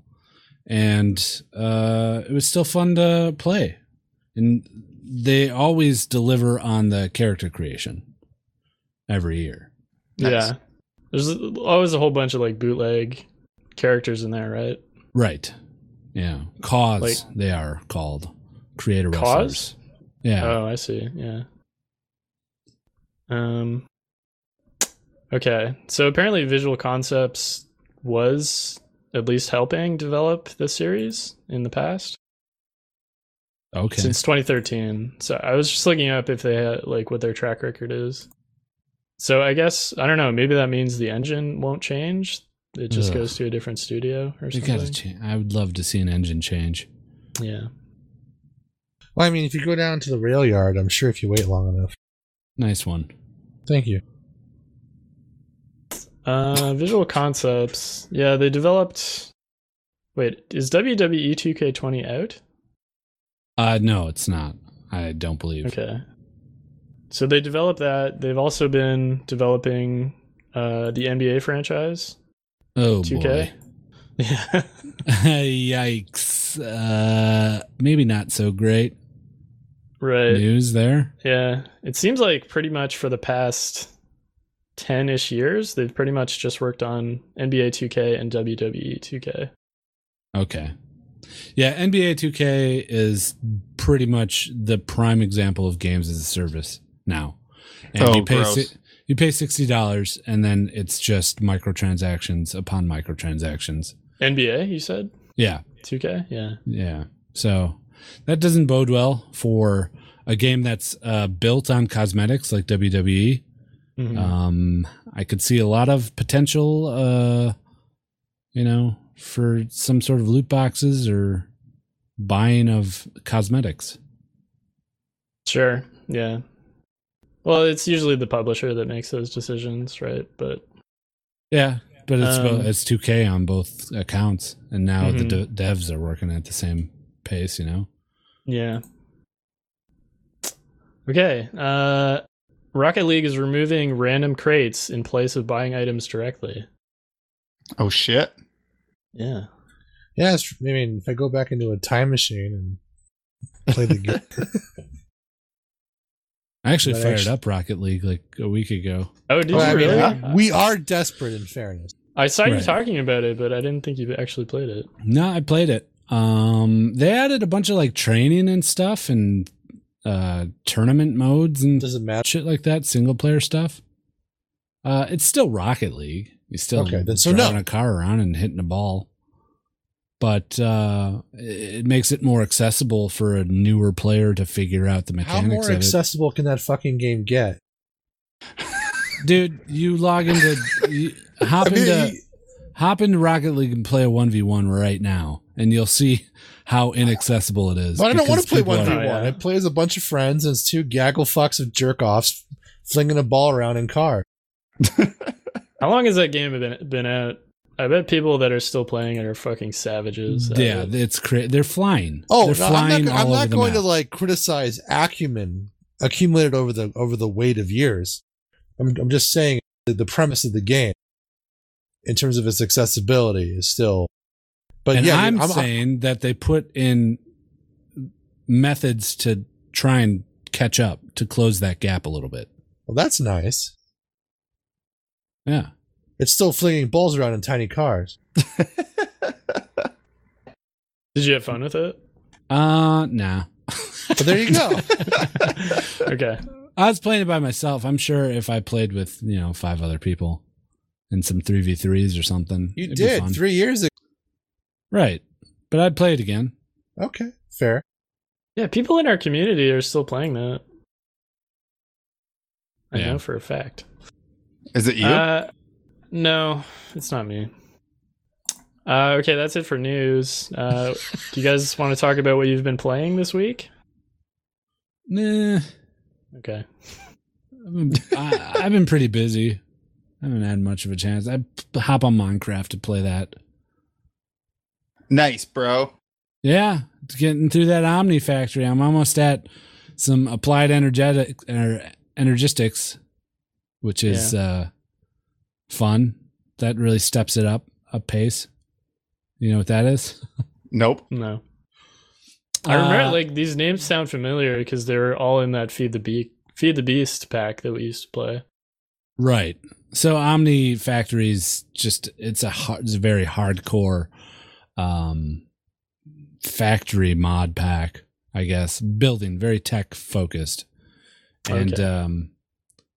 and uh, it was still fun to play. And they always deliver on the character creation every year.
Nice.
Yeah. There's always a whole bunch of like bootleg characters in there, right?
Right. Yeah. Cause
Like-
they are called creator wrestlers.
Cause?
Yeah.
Oh, I see. Yeah. Um Okay. So apparently Visual Concepts was at least helping develop the series in the past
okay.
since 2013. So I was just looking up if they had like what their track record is. So I guess I don't know, maybe that means the engine won't change. it just
Ugh.
goes to a different studio or
You
something.
gotta change. I would love to see an engine change.
yeah.
Well, I mean, if you go down to the rail yard, I'm sure if you wait long enough.
Nice one.
Thank you.
Uh, Visual Concepts. Yeah, they developed. Wait, is E WWE 2K20 out?
Uh, no, it's not. I don't believe.
Okay. So they developed that. They've also been developing uh, the NBA franchise.
Oh
2K?
boy.
Yeah.
Yikes. Uh, maybe not so great
right.
news there.
Yeah. It seems like pretty much for the past 10 ish years, they've pretty much just worked on NBA 2K and E WWE 2K.
Okay. Yeah, NBA 2K is pretty much the prime example of games as a service now. And
Oh,
you pay
gross.
si- you pay sixty dollars, and then it's just microtransactions upon microtransactions.
NBA, you said?
Yeah,
2K? Yeah.
yeah. So that doesn't bode well for a game that's uh, built on cosmetics like E. WWE.
Mhm.
Um, I could see a lot of potential, uh, you know, for some sort of loot boxes or buying of cosmetics.
Sure. Yeah. Well, it's usually the publisher that makes those decisions, right? But
Yeah, but it's
Um,
bo- it's 2K on both accounts, and now the
Mhm.
de- devs are working at the same pace. You know,
yeah. Okay. Uh, Rocket League is removing random crates in place of buying items directly.
Oh shit.
Yeah.
Yeah, it's, I mean, if I go back into a time machine and play the game,
I actually
But
fired
actu-
up Rocket League like a week ago.
Oh, did
Well, I
you
mean,
really?
yeah.
we are desperate. In fairness,
I saw you
Right.
talking about it, but I didn't think you actually played it.
No, I played it. Um, they added a bunch of like training and stuff and uh tournament modes and
does it matter?
shit like that, single player stuff. Uh, it's still Rocket League. You still
Okay, then so
driving
no.
a car around and hitting a ball, but uh, it makes it more accessible for a newer player to figure out the
How
mechanics
more
of
accessible can that fucking game get?
it. Dude, you log into you, hop
I mean,
into hop into Rocket League and play a one v one right now, and you'll see how inaccessible it is.
But I don't
because
want to play
people
one
are-
v
Oh,
one.
yeah.
I play as a bunch of friends, and it's two gaggle fucks of jerk offs flinging a ball around in car.
How long has that game been been out? I bet people that are still playing it are fucking savages. at
Yeah,
it.
it's cra- they're flying.
Oh,
they're
no, I'm
flying
not, I'm
all
not
over the
going
map.
to like criticize acumen accumulated over the over the weight of years. I'm I'm just saying that the premise of the game, in terms of its accessibility, is still. But
and
yeah,
I'm,
I'm,
saying that they put in methods to try and catch up to close that gap a little bit.
well, that's nice.
Yeah.
It's still flinging balls around in tiny cars.
Did you have fun with it?
Uh, nah.
But there you go.
okay.
I was playing it by myself. I'm sure if I played with you know five other people and some three v threes or something,
you
it'd be
did
fun.
three years ago.
right? But I'd play it again.
Okay, fair.
Yeah, people in our community are still playing that. I
Yeah.
know for a fact.
Is it you?
Uh, no, it's not me. Uh, okay, that's it for news. Uh, do you guys want to talk about what you've been playing this week?
Nah,
Okay.
I've been, I, I've been pretty busy. I haven't had much of a chance. I p- hop on Minecraft to play that.
nice, bro.
Yeah, it's getting through that Omni factory. I'm almost at some applied energetic er, energistics, which is uh, fun. That really steps it up a pace. You know what that is?
Nope.
No. I remember
Uh,
like these names sound familiar because they were all in that feed the bee feed the beast pack that we used to play.
Right. So Omni Factory's just it's a hard, it's a very hardcore um factory mod pack, I guess. Building very tech focused. And
Okay.
um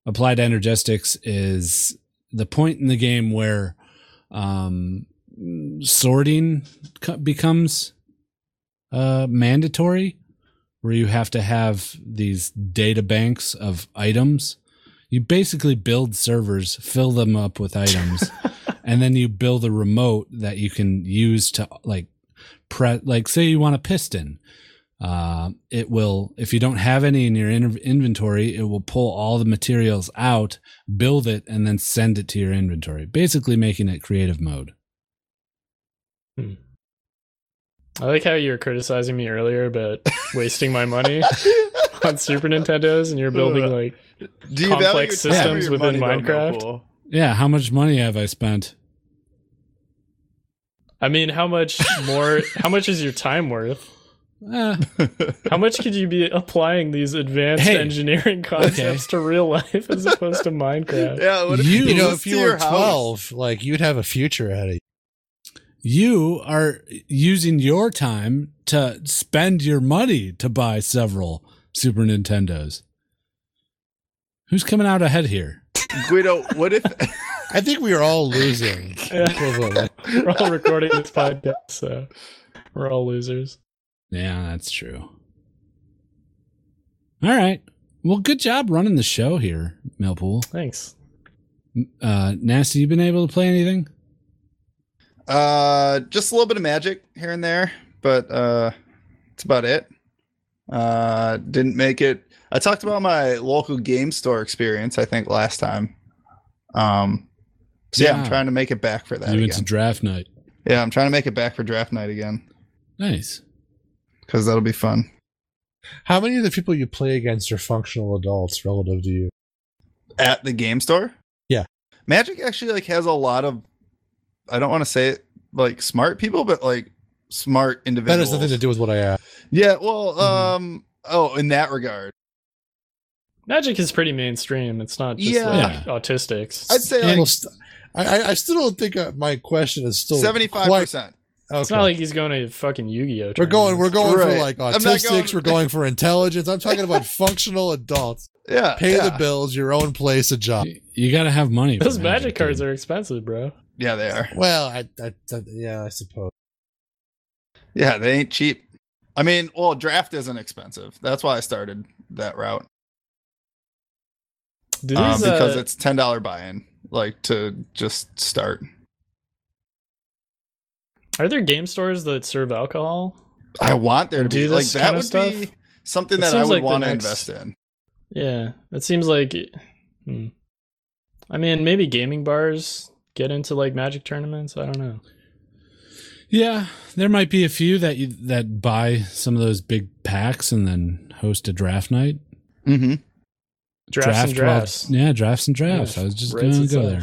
Applied Energistics is the point in the game where um sorting co- becomes uh mandatory where you have to have these data banks of items you basically build servers, fill them up with items, and then you build a remote that you can use to like press like say you want a piston uh, it will if you don't have any in your in- inventory it will pull all the materials out build it and then send it to your inventory basically making it creative mode
I like how you were criticizing me earlier about wasting my money on Super Nintendos, and you're
Uh,
building like
Do
complex
value your time or
systems
your
within
money though,
Minecraft?
Millpool?
yeah how much money have i spent
I mean, how much more? how much is your time worth?
Eh,
How much could you be applying these advanced
Hey.
engineering concepts to real life as opposed to Minecraft?
Yeah, what if
You-
You,
you,
know,
just
if
see
you
your
were
house?
12, like you'd have a future at it.
you are using your time to spend your money to buy several super nintendos who's coming out ahead here
Guido, what if
I think we are all losing.
Yeah.
equivalent.
We're all recording this podcast, so we're all losers.
Yeah, that's true. All right. Well, good job running the show here, Millpool.
Thanks.
Uh, Nasty, you been able to play anything?
Uh, just a little bit of magic here and there, but uh, that's about it. Uh, didn't make it. I talked about my local game store experience. I think last time. Um, so yeah, I'm
Yeah.
trying to make it back for that
you
again.
went to draft night.
yeah, I'm trying to make it back for draft night again
Nice.
because that'll be fun.
How many of the people you play against are functional adults relative to you?
At the game store.
Yeah.
Magic actually like has a lot of. I don't want to say it like smart people, but like smart
That
individuals.
has nothing to do Mhm. with what I asked.
Yeah. Well. Um. Oh, in that regard.
Magic is pretty mainstream. It's not just
Yeah.
like autistics.
I'd say like
Almost- I, I- I still don't think uh, my question is still
seventy-five percent.
quite-
It's
okay.
not like he's going to fucking Yu-Gi-Oh.
we're going. We're
tournaments.
going for
Right.
like
I'm not
autistics.
going-
We're going for intelligence. I'm talking about functional adults.
Yeah,
Pay
yeah.
the bills. Your own place. A job.
You, got to have money. for
Those magic cards
dude.
are expensive, bro.
Yeah, they are.
Well, I, I, I- yeah, I suppose.
Yeah, they ain't cheap. I mean, well, draft isn't expensive. That's why I started that route
Do
um,
these,
because
uh,
it's ten dollar buy-in, like to just start.
are there game stores that serve alcohol?
I want there to be
Do
like
this
that
kinda
would be
stuff?
something
It
that I
seems
would
like the
want to
next-
invest in.
Yeah, that seems like. Hmm. I mean, maybe gaming bars get into like magic tournaments. I don't know.
Yeah, there might be a few that you, that buy some of those big packs and then host a draft night.
Mm-hmm.
Drafts and
while-
drafts.
yeah, drafts and drafts.
Yeah,
I was just
rates
going
and
to go
stuff.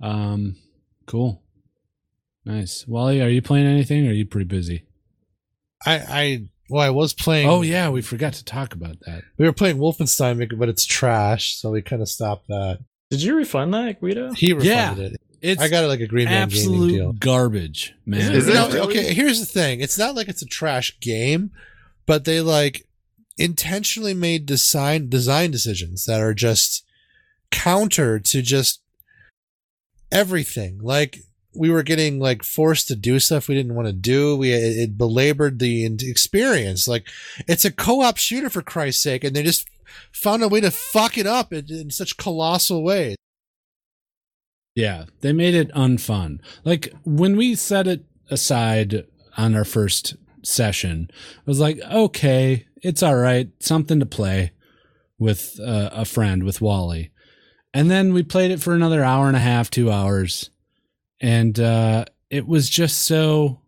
there. Um, cool. Nice. Wally, are you playing anything or are you pretty busy?
I, I, well, I was playing.
Oh, yeah, we forgot to talk about that.
we were playing Wolfenstein, but it's trash, so we kind of stopped that.
Did you refund that, Guido?
He
Yeah.
refunded it.
It's
I got it like a Green Man Gaming deal.
absolute garbage, man.
Is it
No,
really?
okay, here's the thing. It's not like it's a trash game, but they like intentionally made design design decisions that are just counter to just everything. Like we were getting like forced to do stuff we didn't want to do. We it, it belabored the in- experience. Like it's a co-op shooter for Christ's sake, and they just found a way to fuck it up in, in such colossal ways.
Yeah, they made it unfun. Like when we set it aside on our first session, I was like, okay, it's all right, something to play with uh, a friend with Wally. And then we played it for another hour and a half, two hours, and uh, it was just so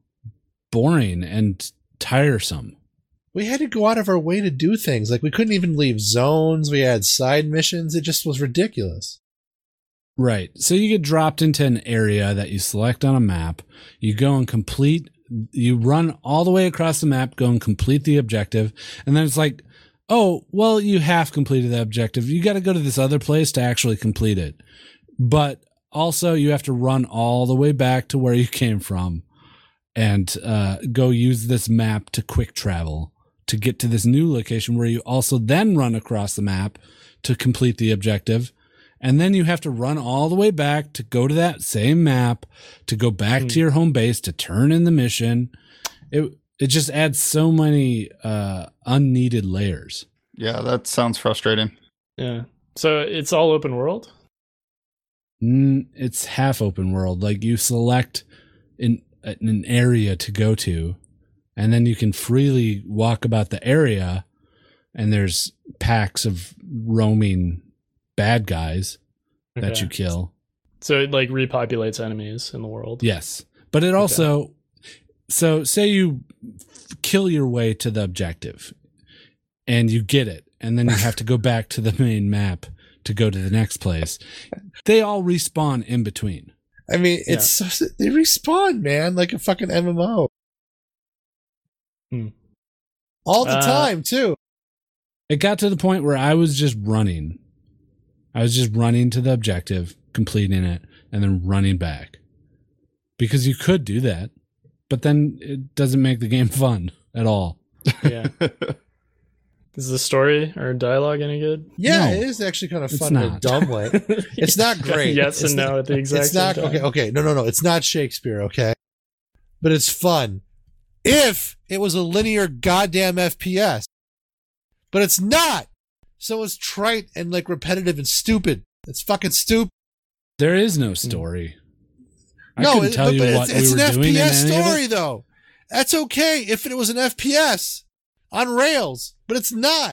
boring and tiresome.
we had to go out of our way to do things. Like we couldn't even leave zones. We had side missions. It just was ridiculous.
Right. So you get dropped into an area that you select on a map. You go and complete, you run all the way across the map, go and complete the objective. And then it's like, oh, well, you have completed the objective. You got to go to this other place to actually complete it. But also, you have to run all the way back to where you came from and uh, go use this map to quick travel to get to this new location where you also then run across the map to complete the objective. And then you have to run all the way back to go to that same map to go back to
Hmm.
your home base to turn in the mission. It it just adds so many uh, unneeded layers.
Yeah, that sounds frustrating.
Yeah. So it's all open world.
mm, it's half open world. Like you select an an area to go to, and then you can freely walk about the area. And there's packs of roaming bad guys that
Okay.
you kill.
So it like repopulates enemies in the world.
Yes. But it also, so say you f- kill your way to the objective and you get it, and then you have to go back to the main map to go to the next place. They all respawn in between.
I mean, it's so, they respawn, man, like a fucking MMO.
Hmm.
All the
Uh,
time, too.
It got to the point where I was just running. I was just running to the objective, completing it, and then running back. Because you could do that, but then it doesn't make the game fun at all.
Yeah. Is the story or dialogue any good?
Yeah,
no,
it is actually kind of
it's
fun in a
not.
dumb way. It's not great.
yes
It's
and
not-
no at the exact
it's not
same time.
okay. Okay, no, no, no. It's not Shakespeare. Okay, but it's fun if it was a linear goddamn FPS. But it's not. So it's trite and like repetitive and stupid. It's fucking stupid.
There is no story. I
Hmm. no,
couldn't
it-
tell
but,
you
but
what
it's, it's
we were
an
doing in any
FPS
of it.
story though. That's okay if it was an FPS on rails, but it's not.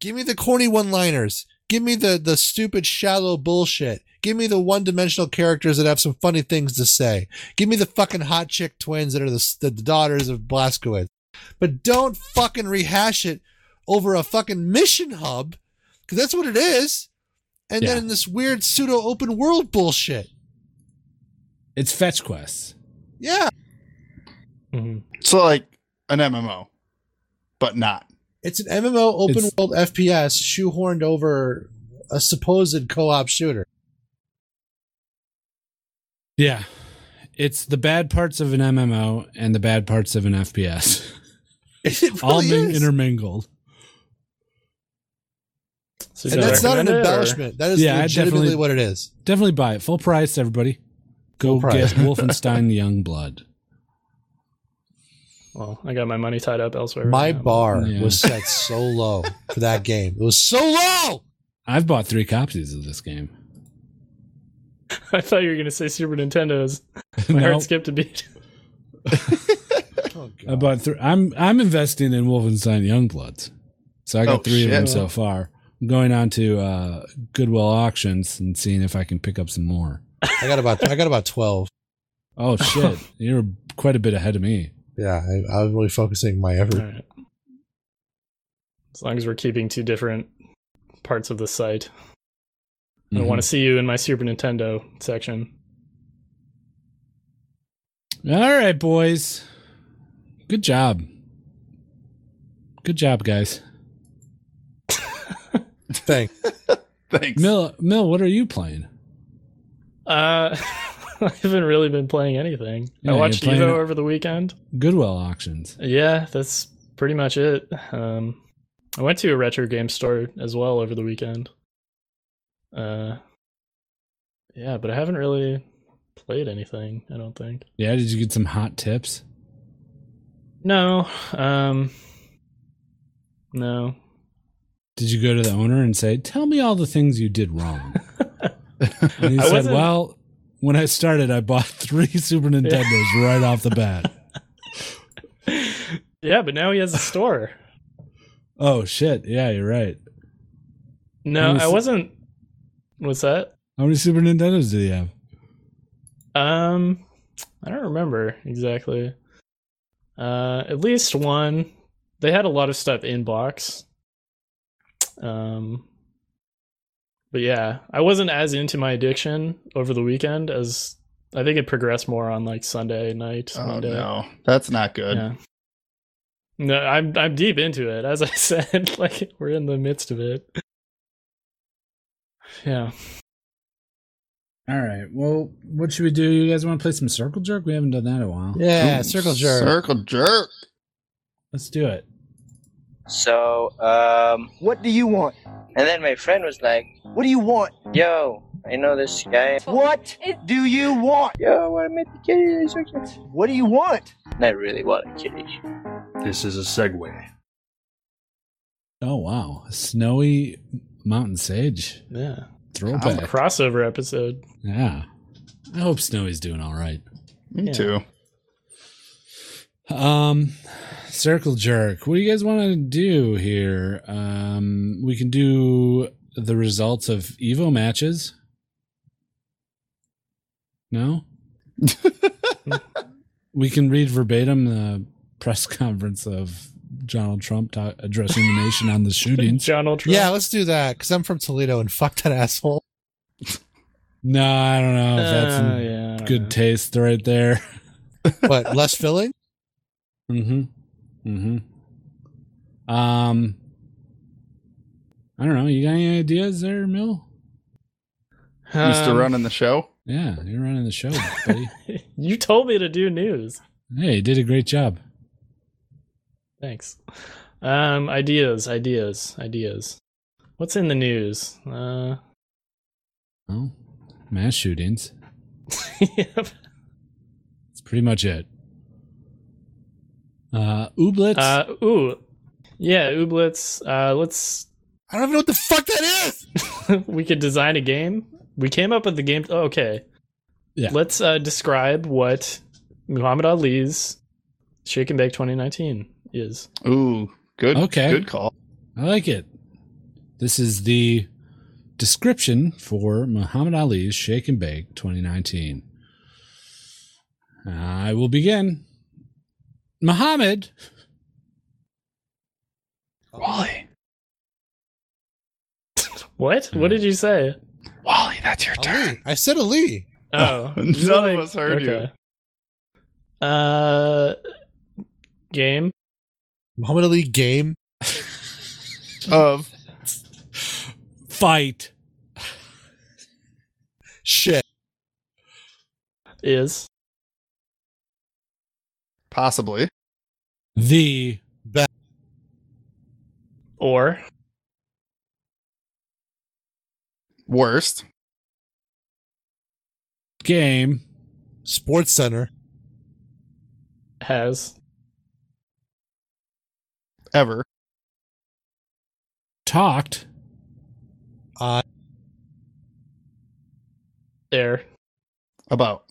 Give me the corny one-liners. Give me the the stupid shallow bullshit. Give me the one-dimensional characters that have some funny things to say. Give me the fucking hot chick twins that are the the, the daughters of Blaskowitz. But don't fucking rehash it over a fucking mission hub, because that's what it is. And
Yeah.
then this weird pseudo open world bullshit.
It's fetch quests.
Yeah,
Mhm.
So like an MMO, but not.
it's an MMO open
It's-
world FPS shoehorned over a supposed co-op shooter.
Yeah. It's the bad parts of an MMO and the bad parts of an FPS.
It really
All min-
is.
intermingled.
So
and
do you
that's not an
recommend it, or-
embellishment. That is
Yeah, I
legitimately
definitely-
what it is.
Definitely buy it. Full price, everybody. Go
Full price.
get Wolfenstein Youngblood.
Well, I got my money tied up elsewhere. right
My
now, but-
bar
Yeah.
was set so low for that game. It was so low.
I've bought three copies of this game.
I thought you were gonna say Super Nintendo's. My
No,
heart skipped a beat.
Oh,
I
God.
bought three. I'm I'm investing in Wolfenstein Youngblood, so I got
Oh,
three of them
shit.
so far. I'm going on to uh, Goodwill auctions and seeing if I can pick up some more.
I got about I got about twelve.
Oh shit! You're quite a bit ahead of me.
Yeah, I, I was really focusing my effort.
All right. As long as we're keeping two different parts of the site, I
Mhm.
want to see you in my Super Nintendo section.
Mm-hmm. All right, boys. Good job. Good job, guys.
Thanks.
Thanks.
Mill, Mill, what are you playing?
Uh, I haven't really been playing anything.
Yeah,
I
you're
watched
playing
Evo
it-
over the weekend.
Goodwill auctions.
Yeah, that's pretty much it. Um, I went to a retro game store as well over the weekend. Uh, yeah, but I haven't really played anything. I don't think.
Yeah, did you get some hot tips?
No. Um. No.
Did you go to the owner and say, "Tell me all the things you did wrong"? and he
I
said,
wasn't-
"Well, when I started, I bought three Super Nintendos right off the bat."
yeah, but now he has a store.
Oh shit! Yeah, you're right.
No,
Let me
I
see.
wasn't. What's that?
How many Super Nintendos did he have?
Um, I don't remember exactly. Uh, at least one. They had a lot of stuff in box. Um, but yeah, I wasn't as into my addiction over the weekend as I think it progressed more on like Sunday night.
oh
Monday.
no, that's not good.
Yeah. No, I'm I'm deep into it. As I said, like we're in the midst of it. Yeah.
All right. Well, what should we do? You guys want to play some Circle Jerk? We haven't done that in a while.
Yeah,
Ooh,
circle jerk.
Circle jerk.
Let's do it.
So, um, what do you want? And then my friend was like, What do you want? Yo, I know this guy. What do you want? Yo, I want to meet the kitty. What do you want? I really want a kitty.
This is a segue.
Oh wow, snowy mountain sage.
Yeah.
Throwback.
crossover episode.
yeah. I hope Snowy's doing all right.
Me
Yeah.
too.
Um, circle jerk. What do you guys want to do here? Um, we can do the results of Evo matches. No, we can read verbatim the press conference of Donald Trump ta- addressing the nation on the shootings.
Donald Trump.
Yeah, let's do that because I'm from Toledo and fuck that asshole.
No, I don't know if that's
Uh,
in
yeah, I don't
good
know.
taste right there.
What less filling?
Mm-hmm. Mm-hmm. Um I don't know, you got any ideas there, Mill?
Used to
Um,
running the show.
Yeah, you're running the show, buddy.
you told me to do news.
hey, you did a great job.
Thanks. Um, ideas, ideas, ideas. What's in the news? Uh,
Well, mass shootings.
yep.
That's pretty much it. Uh Ooblets.
Uh, ooh, yeah, Ooblets. Uh, let's.
I don't even know what the fuck that is.
we could design a game. We came up with the game. oh, okay.
Yeah.
Let's uh, describe what Muhammad Ali's Shake and Bake 2019 is.
Ooh, good.
Okay.
Good call.
I like it. This is the description for Muhammad Ali's Shake and Bake 2019. I will begin. Muhammad
Wally,
What? What did you say?
Wally, that's your
Ali. I said Ali.
Oh,
None of
really?
us heard you.
you. Uh, game.
Muhammad Ali game.
Of
fight.
Shit.
is
possibly
the
That
or
worst
game
Sports Center.
has
ever
talked
Uh,
there
about.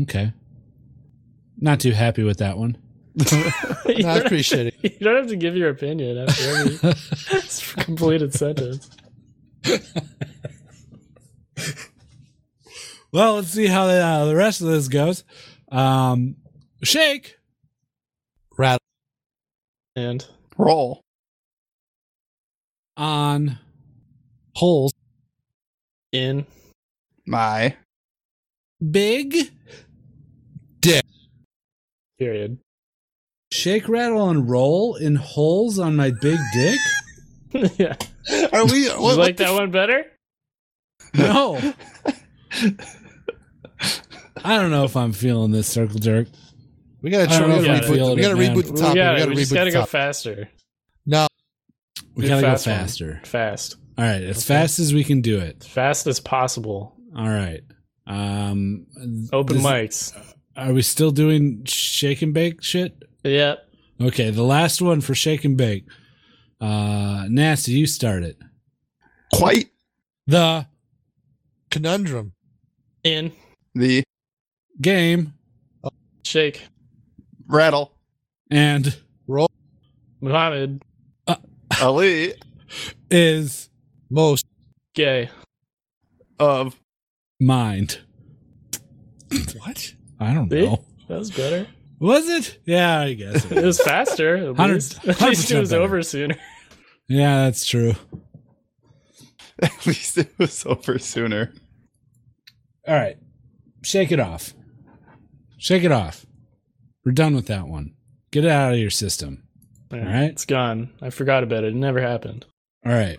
okay not too happy with that one
you,
no, that's
don't,
pretty shitty.
you don't have to give your opinion after every completed sentence
well let's see how the, uh, the rest of this goes um shake
Rat.
and
Roll.
on
Holes.
in
My
big
period
shake rattle and roll in holes on my big dick
yeah
Are we? What,
you
what
like
the
that one better
no i don't know if i'm feeling this circle jerk
f- We gotta
I
try.
don't
We
know
gotta
if I feel
reboot. We
it,
gotta
man.
reboot
we
the topic. We
gotta,
gotta
we
reboot
just
the
gotta go
topic.
faster
No,
we
Do
gotta go
fast one.
faster
fast
all right as fast as we can do it
as fast as possible
All right. Um
open
this-
mics
Are we still doing shake and bake shit?
yeah
Okay, the last one for shake and bake. Uh Nasty, you start it.
quite
The
conundrum.
in
the
game
shake
rattle.
and
muhammad
Ali
is
Most
gay
of
mind.
what?
I don't
See?
know.
that was better
Was it? Yeah, I guess.
it
It was.
was faster at
100
least, at least it
100%
was
better.
over sooner
yeah, that's true.
At least it was over sooner.
All right. Shake it off. Shake it off. We're done with that one. Get it out of your system.
All
right.
it's gone i forgot about it it never happened
All right.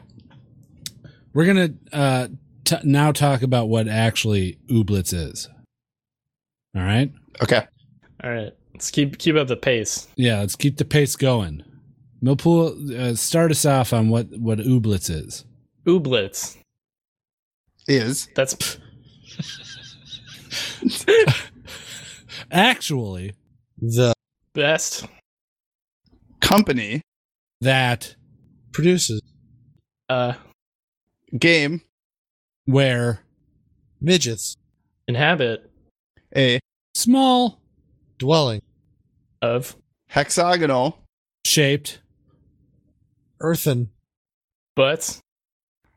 We're going to uh, t- now talk about what actually Ooblets is. All right.
Okay.
all right let's keep keep up the pace
Yeah, let's keep the pace going. Millpool, uh, start us off on what, what Ooblets is.
Ooblets.
Is
That's
Actually,
The
best.
company
that
produces
Uh,
game
where
Midgets.
Inhabit
a
small
Dwelling.
of
hexagonal
shaped
Earthen.
butts.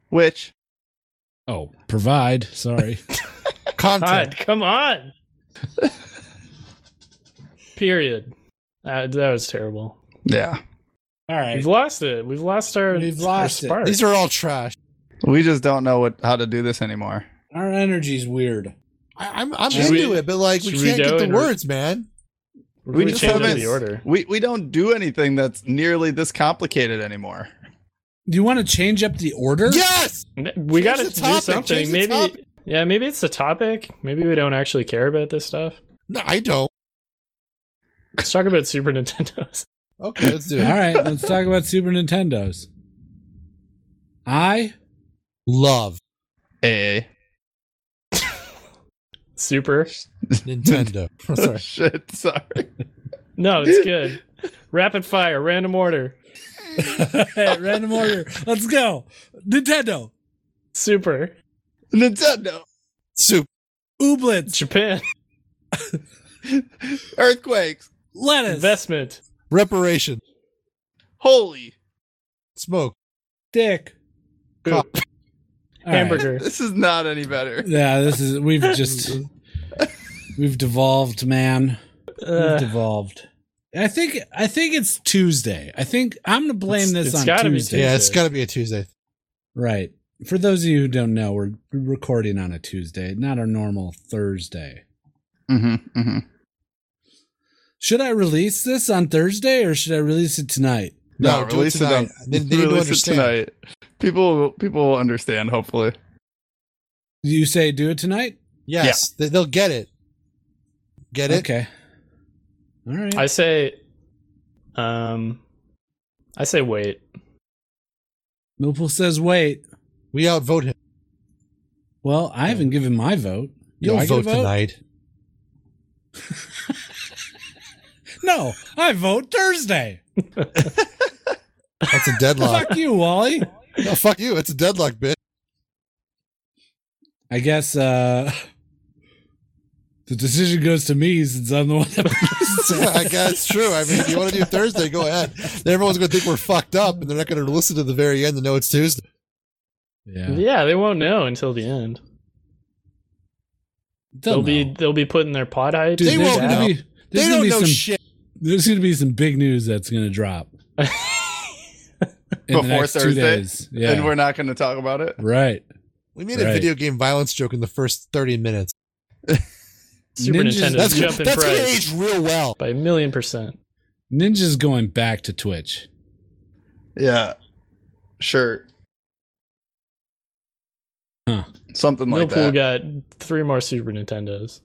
which
oh provide sorry
Content.
God, come on. Period. Uh, that was terrible.
yeah
all right
We've lost it. We've lost our.
We've
our
lost it.
spark.
These are all trash.
we just don't know what how to do this anymore
our energy's weird
I, I'm, I'm
Should
into
we-
it, but like we
should
can't
we go
get the
and re-
words, man.
we
we just
just changed up
haven't-
the order.
we we don't do anything that's nearly this complicated anymore
do you want to change up the order
Yes.
We got to
the
do
topic, change
something.
the
Maybe.
topic.
Yeah, maybe it's the topic. Maybe we don't actually care about this stuff.
No, I don't.
Let's talk about Super Nintendos.
Okay, let's do
all
it.
right let's talk about super nintendos i
Love
a
Super.
Nintendo. Sorry.
shit sorry
No, it's good. Rapid fire, random order.
random order let's go nintendo
Super.
nintendo
Soup.
ooblets
Japan.
earthquakes
lettuce
Investment.
Reparation.
holy
Smoke.
dick
Poop.
All right.
Hamburger.
this is not any better
yeah this is we've just we've devolved man We've
Uh,
devolved. I think I think it's Tuesday. I think I'm gonna blame
It's-
this
it's
on
gotta be
Tuesday.
Yeah, it's
Tuesday.
got to be a Tuesday.
Right. For those of you who don't know, we're recording on a Tuesday, not our normal Thursday.
mm-hmm, mm-hmm.
Should I release this on Thursday or should I release it tonight?
No, do it tonight. They- they need to understand.
it tonight people people will understand hopefully
You say do it tonight?
Yes, they, they'll get it. Get it?
Okay. All right.
I say. Um. I say wait.
Millpool says wait.
We outvote him.
Well, I haven't given my vote. Do
You'll
I get a
vote, tonight.
No, I vote Thursday.
That's a deadlock.
Fuck you, Wally.
no, fuck you. It's a deadlock, bitch.
I guess uh the decision goes to me since I'm the one that
I guess it's true. I mean, if you want to do Thursday, go ahead. Then everyone's going to think we're fucked up, and they're not going to listen to the very end to know it's Tuesday.
Yeah.
Yeah. they won't know until the end. They'll, be they'll be putting their pod hype.
Dude,
They
there's
won't
gonna
know.
Be, there's
They
gonna
don't
be
know
some,
shit.
There's gonna be some big news that's gonna drop in
Before
the next two
Thursday?
days. Yeah.
and we're not going to talk about it
right.
We made a
Right.
video game violence joke in the first 30 minutes.
Super
Ninjas-
Nintendo
That's,
That's
jump in
that's going to
price
age real well.
by a million percent.
Ninja's going back to Twitch.
yeah sure
Huh.
something like that
Millpool got three more Super Nintendos.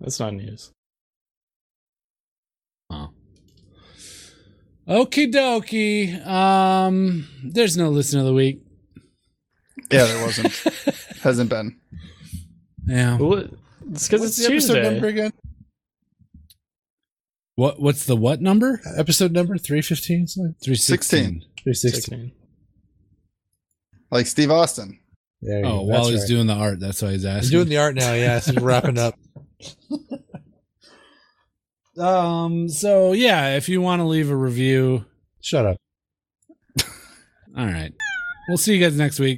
That's not news.
Okie dokie. Um there's no listen of the week.
yeah there wasn't hasn't been
Yeah.
Hmm.
Well, It's because
What's
it's
the episode number
Tuesday.
again?
What what's the what number?
Episode number 315? Something?
Three
16.
sixteen.
316.
16.
like steve austin
There you
Oh,
go.
while
That's
he's
right.
doing the art, that's why he's asking.
He's doing the art now, yeah. So wrapping up.
Um. So yeah, if you want to leave a review,
Shut up.
all right. We'll see you guys next week.